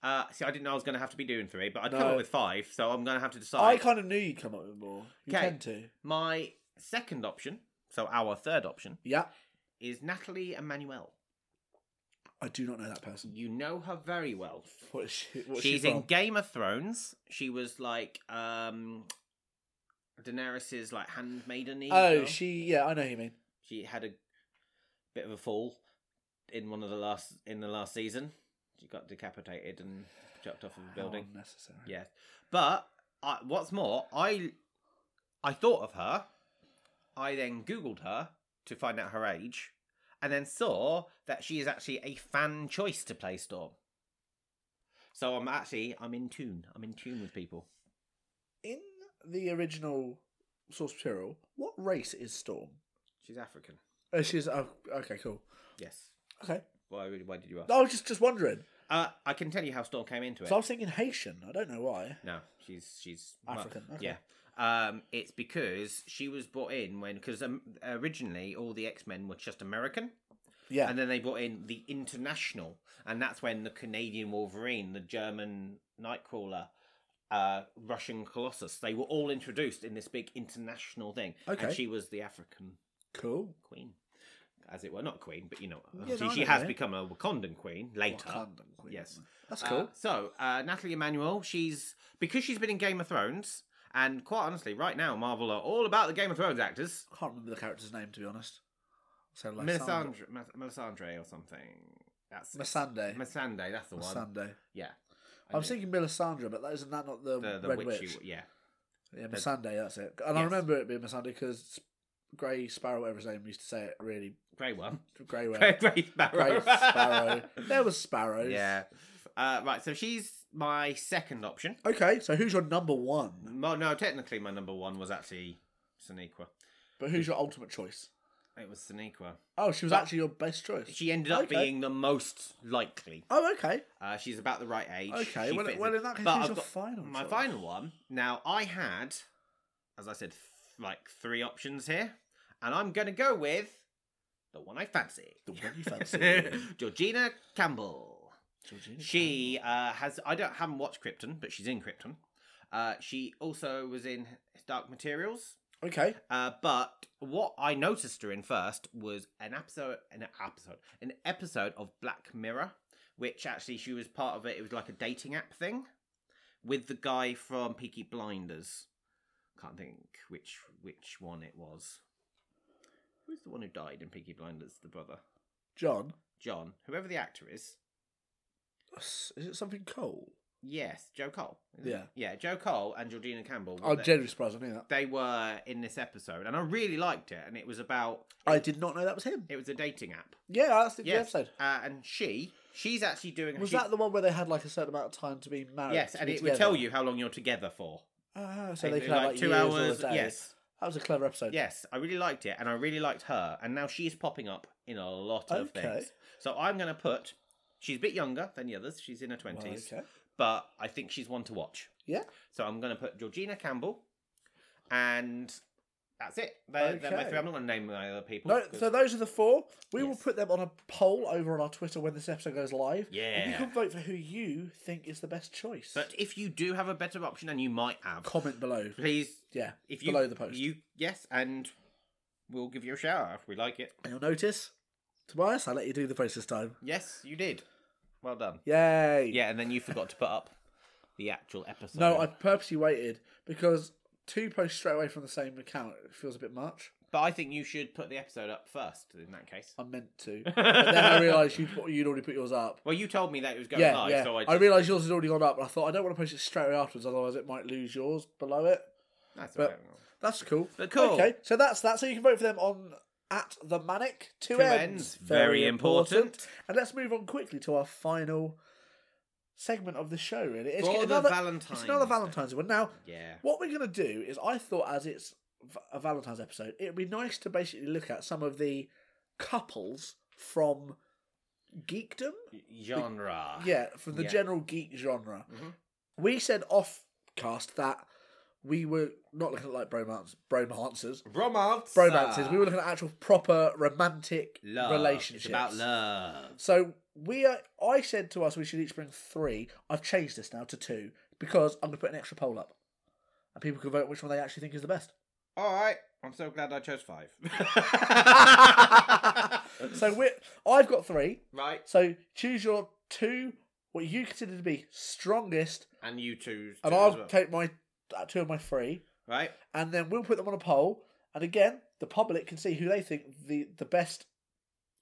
S2: Uh, see, I didn't know I was going to have to be doing three, but I'd
S1: No.
S2: come up with five, so I'm going to have to decide.
S1: I kind of knew you'd come up with more. You
S2: Okay.
S1: tend to.
S2: My second option, so our third option,
S1: Yeah.
S2: is Natalie Emmanuel.
S1: I do not know that person.
S2: You know her very well
S1: What is she, what's
S2: She's
S1: she
S2: in
S1: from?
S2: Game of Thrones. She was like um Daenerys's like handmaiden.
S1: Oh, she. Yeah, I know who you mean.
S2: she had a bit of a fall in one of the last in the last season. She got decapitated and chucked off of a building.
S1: How unnecessary.
S2: Yeah, but I, what's more, I I thought of her. I then googled her to find out her age, and then saw that she is actually a fan choice to play Storm. So I'm actually I'm in tune. I'm in tune with people.
S1: In the original source material, what race is Storm?
S2: She's African.
S1: Oh, she's. Oh, okay, cool.
S2: Yes.
S1: Okay.
S2: Why? Why did you ask?
S1: I was just, just wondering.
S2: Uh, I can tell you how Storm came into it.
S1: So I was thinking Haitian. I don't know why.
S2: No, she's she's
S1: African, okay.
S2: Yeah. Um, it's because she was brought in when because um, originally all the X Men were just American,
S1: Yeah.
S2: and then they brought in the International, and that's when the Canadian Wolverine, the German Nightcrawler, uh, Russian Colossus, they were all introduced in this big international thing,
S1: Okay.
S2: and she was the African
S1: cool.
S2: Queen. as it were. Not queen, but you know,
S1: Yeah,
S2: she,
S1: no, I
S2: she
S1: know,
S2: has
S1: yeah.
S2: become a Wakandan queen later.
S1: Wakandan Queen.
S2: Yes.
S1: That's
S2: Uh,
S1: cool.
S2: so, uh, Natalie Emanuel, she's because she's been in Game of Thrones, and quite honestly, right now Marvel are all about the Game of Thrones actors.
S1: I can't remember the character's name, to be honest. So like Sandra-
S2: Melisandre, Mes- Melisandre or something. That's
S1: Missandei.
S2: Missandei, that's the one.
S1: Missandei.
S2: Yeah.
S1: I was thinking Melisandre, but that isn't that not the,
S2: the, the
S1: Red
S2: witchy,
S1: Witch?
S2: yeah.
S1: Yeah, Missandei, that's it. And I
S2: Yes.
S1: remember it being Missandei because Grey Sparrow, whatever his name, used to say it really
S2: Grey one.
S1: grey well.
S2: Grey, grey
S1: Grey
S2: sparrow.
S1: Sparrow. there was sparrows.
S2: Yeah. Uh, right, so she's my second option.
S1: Okay, so who's your number one?
S2: Well, no, technically my number one was actually Sonequa.
S1: But who's your ultimate choice?
S2: It was Sonequa.
S1: Oh, she was actually your best choice.
S2: She ended up
S1: Okay.
S2: being the most likely.
S1: oh, okay.
S2: Uh, she's about the right age.
S1: Okay,
S2: She
S1: well,
S2: fits
S1: well,
S2: it.
S1: in that case,
S2: But
S1: who's
S2: I've
S1: your
S2: got
S1: final
S2: My
S1: choice?
S2: final one. Now, I had, as I said, th- like three options here, and I'm going to go with the one I fancy.
S1: The one you fancy.
S2: Georgina Campbell.
S1: Georgina
S2: She uh, has. I don't haven't watched Krypton, but she's in Krypton. Uh, she also was in Dark Materials.
S1: Okay.
S2: Uh, but what I noticed her in first was an episode, an episode, an episode of Black Mirror, which actually she was part of it. It was like a dating app thing with the guy from Peaky Blinders. Can't think which which one it was. Who's the one who died in Peaky Blinders? The brother,
S1: John,
S2: John, whoever the actor is.
S1: is it something Cole?
S2: Yes, Joe Cole. isn't it?
S1: Yeah. Oh,
S2: yeah, Joe Cole and Georgina Campbell. were
S1: I'm
S2: there.
S1: genuinely surprised I knew that.
S2: they were in this episode, and I really liked it. And it was about
S1: I did not know that was him.
S2: it was a dating app.
S1: Yeah, that's the
S2: Yes.
S1: episode.
S2: Uh, and she, she's actually doing.
S1: Was
S2: she-
S1: that the one where they had like a certain amount of time to be married?
S2: yes,
S1: to
S2: and
S1: be
S2: it would
S1: together?
S2: tell you how long you're together for.
S1: Ah, so they
S2: Basically,
S1: could have like
S2: two
S1: years or a
S2: hours.
S1: day.
S2: Yes,
S1: that was a clever episode.
S2: yes. I really liked it, and I really liked her, and now she's popping up in a lot of
S1: Okay.
S2: things. So I'm going to put. She's a bit younger than the others. She's in her
S1: Well,
S2: twenties,
S1: okay.
S2: but I think she's one to watch.
S1: Yeah.
S2: So I'm going to put Georgina Campbell, and that's it. They're, they're my
S1: Okay.
S2: three. I'm not going to name my other people.
S1: No,
S2: 'cause-
S1: so those are the four. We will
S2: Yes.
S1: put them on a poll over on our Twitter when this episode goes live. And you
S2: Yeah.
S1: can vote for who you think is the best choice.
S2: but if you do have a better option, and you might have,
S1: Comment below.
S2: please
S1: Yeah,
S2: if you
S1: below the post.
S2: you yes and we'll give you a shout out if we like it
S1: And you'll notice, Tobias, I let you do the post this time.
S2: yes you did well done
S1: Yay!
S2: yeah and then you forgot to put up the actual episode
S1: No, I purposely waited because two posts straight away from the same account it feels a bit much.
S2: but i think you should put the episode up first in that case
S1: I meant to, but then I realised you'd, put- you'd already put yours up.
S2: well you told me that it was going
S1: Yeah,
S2: live
S1: yeah.
S2: so i,
S1: I, realised yours had already gone up, and I thought I don't want to post it straight away afterwards, otherwise it might lose yours below it.
S2: that's
S1: but-
S2: all right.
S1: That's cool.
S2: But cool.
S1: Okay, so that's that. So you can vote for them on at the manic two,
S2: Two
S1: ends.
S2: ends. Very important.
S1: And let's move on quickly to our final segment of the show. Really, it's
S2: For the
S1: another
S2: Valentine's
S1: It's another
S2: Day.
S1: Valentine's one. Now,
S2: yeah
S1: what we're gonna do is, I thought as it's v- a Valentine's episode, it'd be nice to basically look at some of the couples from geekdom.
S2: genre
S1: Yeah, from the
S2: Yeah.
S1: general geek genre.
S2: Mhm.
S1: We said off cast that we were not looking at like bromance, bromances,
S2: romance
S1: bromances. We were looking at actual proper romantic
S2: love.
S1: relationships.
S2: it's about love
S1: So we are. I said to us we should each bring three. I've changed this now to two because I'm going to put an extra poll up, and people can vote which one they actually think is the best.
S2: all right i'm so glad i chose five
S1: So we, I've got three.
S2: right
S1: So choose your two, what you consider to be strongest,
S2: and you choose
S1: and
S2: two
S1: I'll
S2: as well.
S1: take my uh, two of my three.
S2: right
S1: and then we'll put them on a poll. And again, the public can see who they think the, the best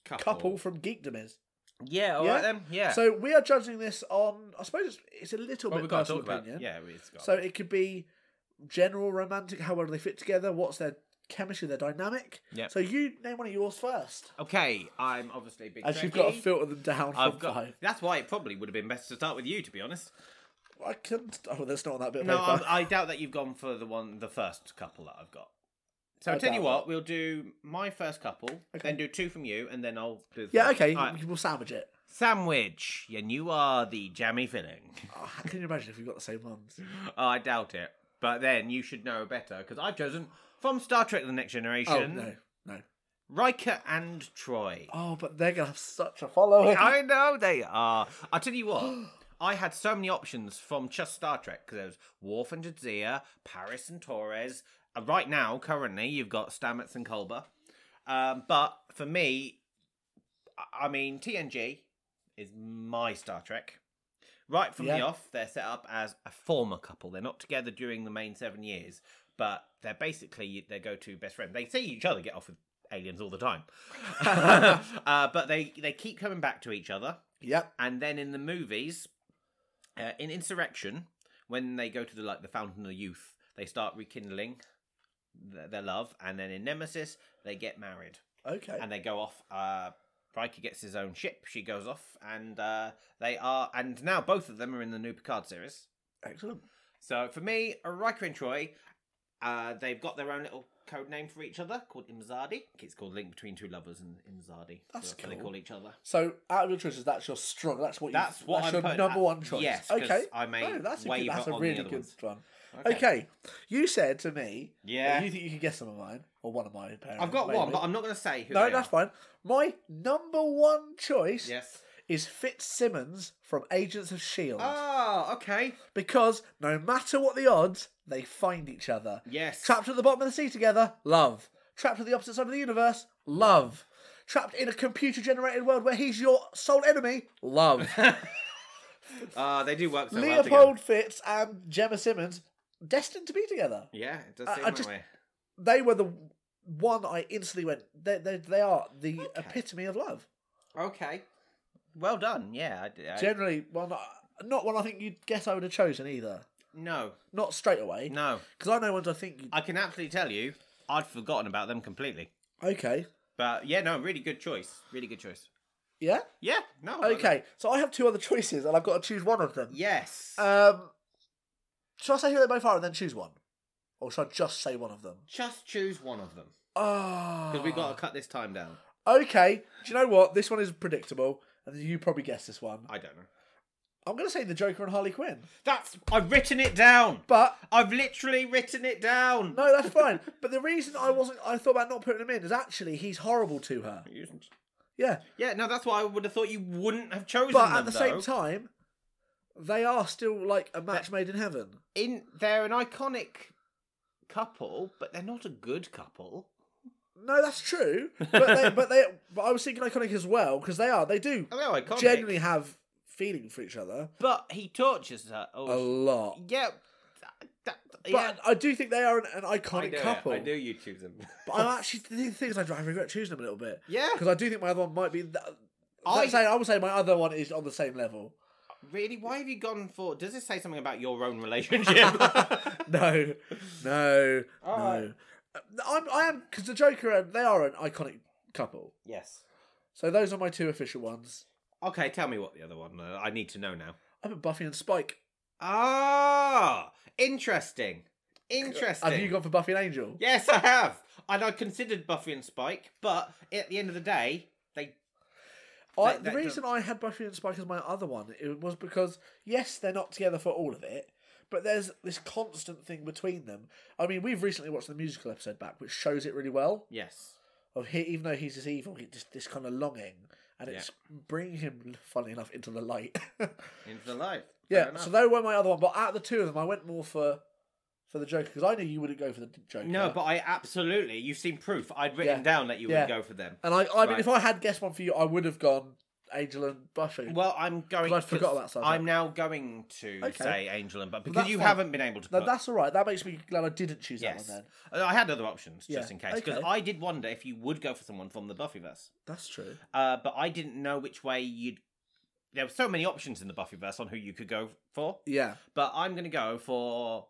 S1: couple from geekdom is.
S2: Yeah, all
S1: Yeah?
S2: right then. Yeah.
S1: So we are judging this on, I suppose it's, it's a little
S2: well,
S1: bit
S2: we've got to
S1: personal
S2: talk about.
S1: opinion.
S2: Yeah, it's got.
S1: So it could be general romantic, how well do they fit together? What's their chemistry, their dynamic?
S2: Yeah.
S1: So you name one of yours first.
S2: okay, I'm obviously a big.
S1: As you've
S2: Trekkie.
S1: got to filter them down from
S2: I've got.
S1: five.
S2: That's why it probably would have been best to start with you, to be honest.
S1: I couldn't. Oh, that's not on that bit of
S2: No,
S1: paper.
S2: I, I doubt that you've gone for the one, the first couple that I've got. So
S1: I
S2: I tell
S1: doubt
S2: you what, we'll do my first couple,
S1: Okay.
S2: then do two from you, and then I'll do. The
S1: yeah,
S2: first.
S1: okay.
S2: All right.
S1: We'll sandwich it.
S2: Sandwich, and you are the jammy filling.
S1: Oh, how can you imagine if we've got the same ones?
S2: Oh, I doubt it, but then you should know better because I've chosen from Star Trek: The Next
S1: Oh,
S2: Generation,
S1: no. No.
S2: Riker and Troy.
S1: Oh, but they're going to have such a following.
S2: I know they are. I tell you what, I had so many options from just Star Trek because there was Worf and Uh, Jadzia, Paris and Torres. And right now, currently, you've got Stamets and Culber. Um, but for me, I- I mean, TNG is my Star Trek. Right from the
S1: Yeah.
S2: off, they're set up as a former couple. They're not together during the main seven years, but they're basically their go-to best friend. They see each other get off with aliens all the time, uh, but they they keep coming back to each other.
S1: Yep.
S2: And then in the movies, uh, in Insurrection, when they go to the like the Fountain of Youth, they start rekindling th- their love, and then in Nemesis, they get married
S1: Okay.
S2: and they go off. Uh, Riker gets his own ship. She goes off, and uh, they are, and now both of them are in the new Picard series.
S1: Excellent.
S2: So for me, Riker and Troy, uh, they've got their own little code name for each other called Imzadi. It's called Link Between Two Lovers and Imzadi.
S1: That's
S2: what They
S1: cool.
S2: call each other.
S1: So out of your choices, that's your strong. That's what.
S2: That's
S1: you,
S2: what
S1: that's
S2: I'm
S1: your
S2: putting-
S1: number
S2: uh,
S1: one choice.
S2: yes, 'cause
S1: Okay.
S2: I may
S1: No, that's a good,
S2: waver
S1: that's a
S2: on the
S1: really
S2: other
S1: good
S2: ones.
S1: one. Okay. You said to me.
S2: Yeah.
S1: You think you can guess some of mine or one of mine? apparently,
S2: I've got one,
S1: maybe.
S2: but I'm not going to say who.
S1: No,
S2: they
S1: that's
S2: are.
S1: fine. My number one choice
S2: Yes.
S1: is Fitzsimmons from Agents of Shield
S2: Oh, okay.
S1: E because no matter what the odds, they find each other.
S2: Yes.
S1: Trapped at the bottom of the sea together, love. Trapped at the opposite side of the universe, love. Trapped in a computer generated world where he's your sole enemy, love.
S2: Ah, they do work so well
S1: Leopold
S2: together.
S1: Fitz and Gemma Simmons, destined to be together.
S2: Yeah, it does
S1: I-
S2: seem
S1: Uh, I
S2: that
S1: just-
S2: way.
S1: They were the one I instantly went, they, they, they are the
S2: Okay.
S1: epitome of love.
S2: Okay. Well done. Yeah. I d- I-
S1: Generally, one, I- not one I think you'd guess I would have chosen either.
S2: no.
S1: Not straight away.
S2: No.
S1: Because I know ones I think you'd.
S2: I can absolutely tell you, I'd forgotten about them completely.
S1: Okay.
S2: But yeah, no, really good choice. Really good choice.
S1: Yeah?
S2: Yeah. No. I-
S1: Okay. So I have two other choices and I've got to choose one of them.
S2: Yes.
S1: Um, should I say who they both are and then choose one? Or should I just say one of them?
S2: just choose one of them
S1: Oh.
S2: because we've got to cut this time down.
S1: Okay. Do you know what? This one is predictable. And you probably guessed this one.
S2: I don't know.
S1: I'm going to say the Joker and Harley Quinn.
S2: That's. I've written it down.
S1: But
S2: I've literally written it down.
S1: no, that's fine. but the reason I wasn't, I thought about not putting him in is actually he's horrible to her.
S2: It isn't.
S1: Yeah.
S2: Yeah, no, that's why I would have thought you wouldn't have chosen
S1: But
S2: them.
S1: at the
S2: though.
S1: same time, they are still like a match made in heaven.
S2: in they're an iconic couple, but they're not a good couple.
S1: No, that's true. But they, but they, but I was thinking iconic as well because they are. They do
S2: They're iconic,
S1: generally have feeling for each other
S2: but he tortures her. Oh,
S1: a lot.
S2: yeah, that, that,
S1: But
S2: yeah.
S1: I do think they are an, an
S2: I
S1: iconic
S2: know,
S1: couple.
S2: I know you choose them.
S1: But I'm actually the thing is I, I regret choosing them a little bit
S2: yeah,
S1: because I do think my other one might be. That,
S2: I-
S1: I say I would say my other one is on the same level.
S2: really. Why have you gone for? Does this say something about your own relationship?
S1: no, no,
S2: Alright.
S1: no. Uh, I'm, I am because the Joker and they are an iconic couple.
S2: yes.
S1: So those are my two official ones.
S2: Okay, tell me what the other one. Uh, I need to know now.
S1: I put Buffy and Spike.
S2: Ah, interesting. Interesting.
S1: Have you gone for Buffy and Angel?
S2: Yes, I have. And I considered Buffy and Spike, but at the end of the day, they
S1: I,
S2: That-
S1: the
S2: that
S1: reason I had Buffy and Spike as my other one it was because yes, they're not together for all of it, but there's this constant thing between them. I mean, we've recently watched the musical episode back, which shows it really well.
S2: yes.
S1: Of he, even though he's this evil, he just this kind of longing, and it's bringing him, funnily enough, into the light.
S2: Into the light. Fair
S1: yeah.
S2: enough.
S1: So they were my other one, but out of the two of them, I went more for for the Joker because I knew you wouldn't go for the Joker.
S2: no, but I absolutely. You've seen proof. I'd written
S1: Yeah.
S2: down that you
S1: Yeah.
S2: would go for them.
S1: and I, I mean,
S2: Right.
S1: if I had guessed one for you, I would have gone Angel and Buffy.
S2: Well, I'm going.
S1: But I forgot about Star Trek.
S2: I'm now going to
S1: Okay.
S2: say Angel and but because
S1: that's
S2: you
S1: fine.
S2: haven't been able to.
S1: no,
S2: put-
S1: that's all right. That makes me glad I didn't choose
S2: yes.
S1: that one then.
S2: Uh, I had other options just
S1: Yeah.
S2: in case because
S1: Okay.
S2: I did wonder if you would go for someone from the Buffyverse,
S1: That's true.
S2: uh, but I didn't know which way you'd. There were so many options in the Buffyverse on who you could go for.
S1: Yeah.
S2: But I'm going to go for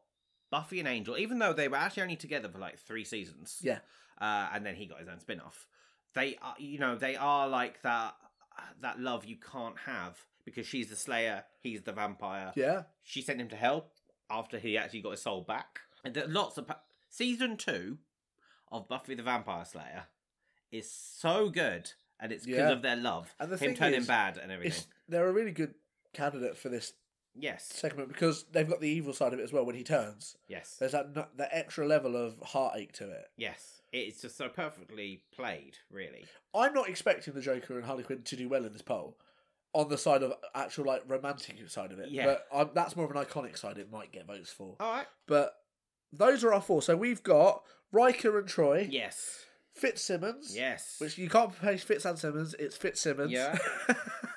S2: Buffy and Angel, even though they were actually only together for like three seasons.
S1: Yeah.
S2: Uh, and then he got his own spin off. They are, you know, they are like that that love you can't have because she's the Slayer, he's the vampire.
S1: Yeah.
S2: She sent him to hell after he actually got his soul back. And there, lots of pa- season two of Buffy the Vampire Slayer is so good, and it's because
S1: Yeah.
S2: of their love.
S1: And the
S2: him
S1: thing
S2: turning
S1: is,
S2: bad and everything.
S1: It's, they're a really good candidate for this
S2: Yes,
S1: segment because they've got the evil side of it as well when he turns.
S2: yes.
S1: There's that, nu- that extra level of heartache to it.
S2: Yes, it's just so perfectly played, really.
S1: I'm not expecting the Joker and Harley Quinn to do well in this poll on the side of actual like romantic side of it.
S2: Yeah.
S1: But um, that's more of an iconic side it might get votes for.
S2: All right.
S1: But those are our four. So we've got Riker and Troy,
S2: Yes.
S1: Fitzsimmons.
S2: Yes.
S1: Which you can't place Fitz and Simmons, it's Fitzsimmons.
S2: Yeah.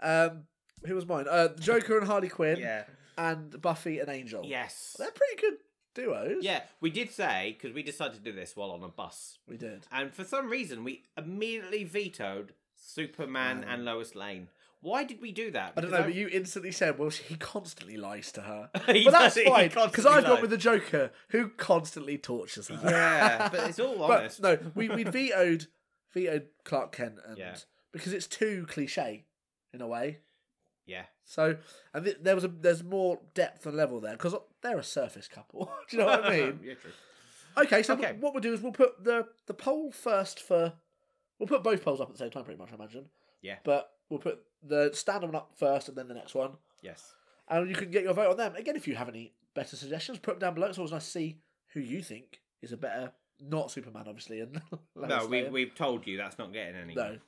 S1: um, who was mine? Uh, Joker and Harley Quinn.
S2: yeah.
S1: And Buffy and Angel.
S2: Yes.
S1: They're pretty good duos.
S2: Yeah, we did say because we decided to do this while on a bus,
S1: We did.
S2: and for some reason we immediately vetoed Superman
S1: Wow.
S2: and Lois Lane. Why did we do that?
S1: I don't know, but you instantly said, well, she, he constantly lies to her.
S2: but
S1: but that's fine, because I've gone with the Joker, who constantly tortures her.
S2: yeah, but it's all
S1: But
S2: honest.
S1: no, we, we vetoed vetoed Clark Kent and
S2: Yeah.
S1: because it's too cliche in a way.
S2: Yeah,
S1: So and th- there was a there's more depth and level there because they're a surface couple. Do you know what I mean?
S2: yeah, true.
S1: Okay, so
S2: Okay.
S1: what- what we'll do is we'll put the the poll first for we'll put both polls up at the same time, pretty much. I imagine.
S2: Yeah.
S1: But we'll put the standard one up first and then the next one,
S2: Yes.
S1: and you can get your vote on them again if you have any better suggestions. Put them down below. It's always nice to see who you think is a better not Superman, obviously. And
S2: No, we we've told you that's not getting any.
S1: no.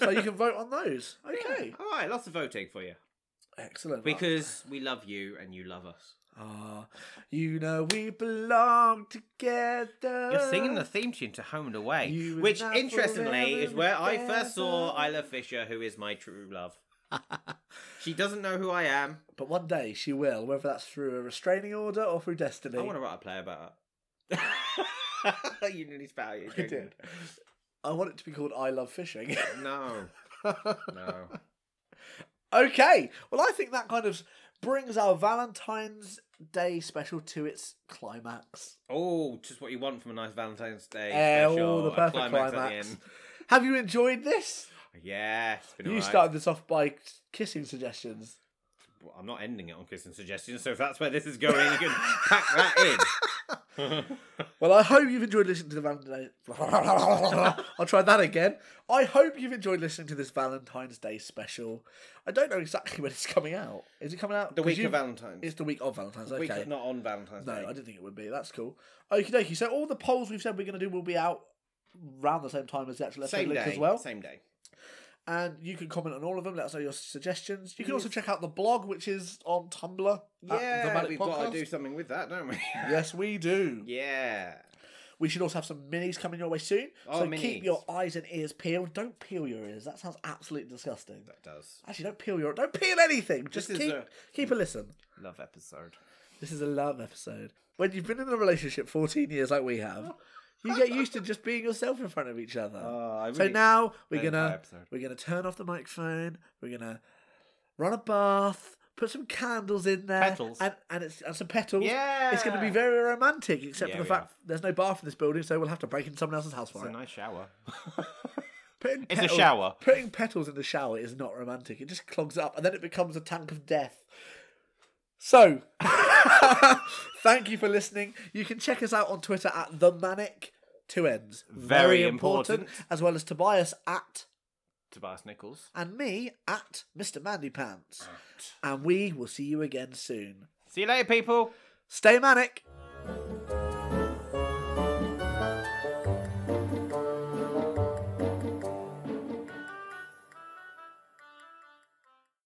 S1: So you can vote on those. Okay.
S2: all right, lots of voting for you
S1: Excellent.
S2: because we love you and you love us.
S1: Ah, you know we belong together.
S2: You're singing the theme tune to Home and Away,
S1: Uh, You
S2: which
S1: and I
S2: interestingly
S1: forever
S2: is where I
S1: together.
S2: first saw Isla Fisher, who is my true love. she doesn't know who I am.
S1: But one day she will, whether that's through a restraining order or through destiny.
S2: I want to write a play about her. you nearly spat out your
S1: I
S2: drink.
S1: did. I want it to be called I Love Fishing.
S2: No, no.
S1: okay. Well, I think that kind of brings our Valentine's Day special to its climax.
S2: Oh, just what you want from a nice Valentine's Day
S1: Eh,
S2: special.
S1: oh, the
S2: a
S1: perfect
S2: climax,
S1: climax.
S2: at
S1: Have you enjoyed this?
S2: the end. Yeah, it's been
S1: you
S2: alright.
S1: started this off by kissing suggestions.
S2: Well, I'm not ending it on kissing suggestions, so if that's where this is going, you can pack that in.
S1: Well, I hope you've enjoyed listening to the Valentine's. I'll try that again. I hope you've enjoyed listening to this Valentine's Day special. I don't know exactly when it's coming out. Is it coming out
S2: the
S1: 'cause
S2: week
S1: you-
S2: of Valentine's.
S1: It's the week of Valentine's. Okay.
S2: Week of- not on Valentine's
S1: no,
S2: Day.
S1: I didn't think it would be. That's cool. Okie dokie. So all the polls we've said we're going to do will be out around the same time as the actual episode
S2: Same
S1: link
S2: day.
S1: as well.
S2: Same day.
S1: And you can comment on all of them. Let us know your suggestions. You can
S2: Yes.
S1: also check out the blog, which is on Tumblr. at Uh, the
S2: Yeah,
S1: Manic
S2: we've got
S1: Podcast.
S2: to do something with that, don't we?
S1: Yes, we do.
S2: yeah.
S1: We should also have some minis coming your way soon.
S2: Oh,
S1: so
S2: minis.
S1: keep your eyes and ears peeled. Don't peel your ears. That sounds absolutely disgusting.
S2: That does.
S1: Actually, don't peel your don't peel anything. Just
S2: is
S1: keep
S2: a-
S1: keep a listen.
S2: Love episode.
S1: This is a love episode. When you've been in a relationship 14 years like we have, you get used to just being yourself in front of each other.
S2: Oh, I
S1: so now we're
S2: Entire
S1: gonna
S2: episode.
S1: we're gonna turn off the microphone. We're gonna run a bath, put some candles in there,
S2: Petals.
S1: and and it's and some petals.
S2: Yeah.
S1: it's gonna be very romantic. Except
S2: Yeah,
S1: for the
S2: we
S1: fact there's no bath in this building, so we'll have to break into someone else's house
S2: It's
S1: for
S2: a
S1: it.
S2: nice shower.
S1: Putting
S2: It's a
S1: petal-
S2: shower.
S1: Putting petals in the shower is not romantic. It just clogs up, and then it becomes a tank of death. So, thank you for listening. You can check us out on Twitter at the Manic Two Ends.
S2: Very important.
S1: As well as Tobias at
S2: Tobias Nichols.
S1: and me at Mr. Mandy Pants. And we will see you again soon.
S2: See you later, people.
S1: Stay manic.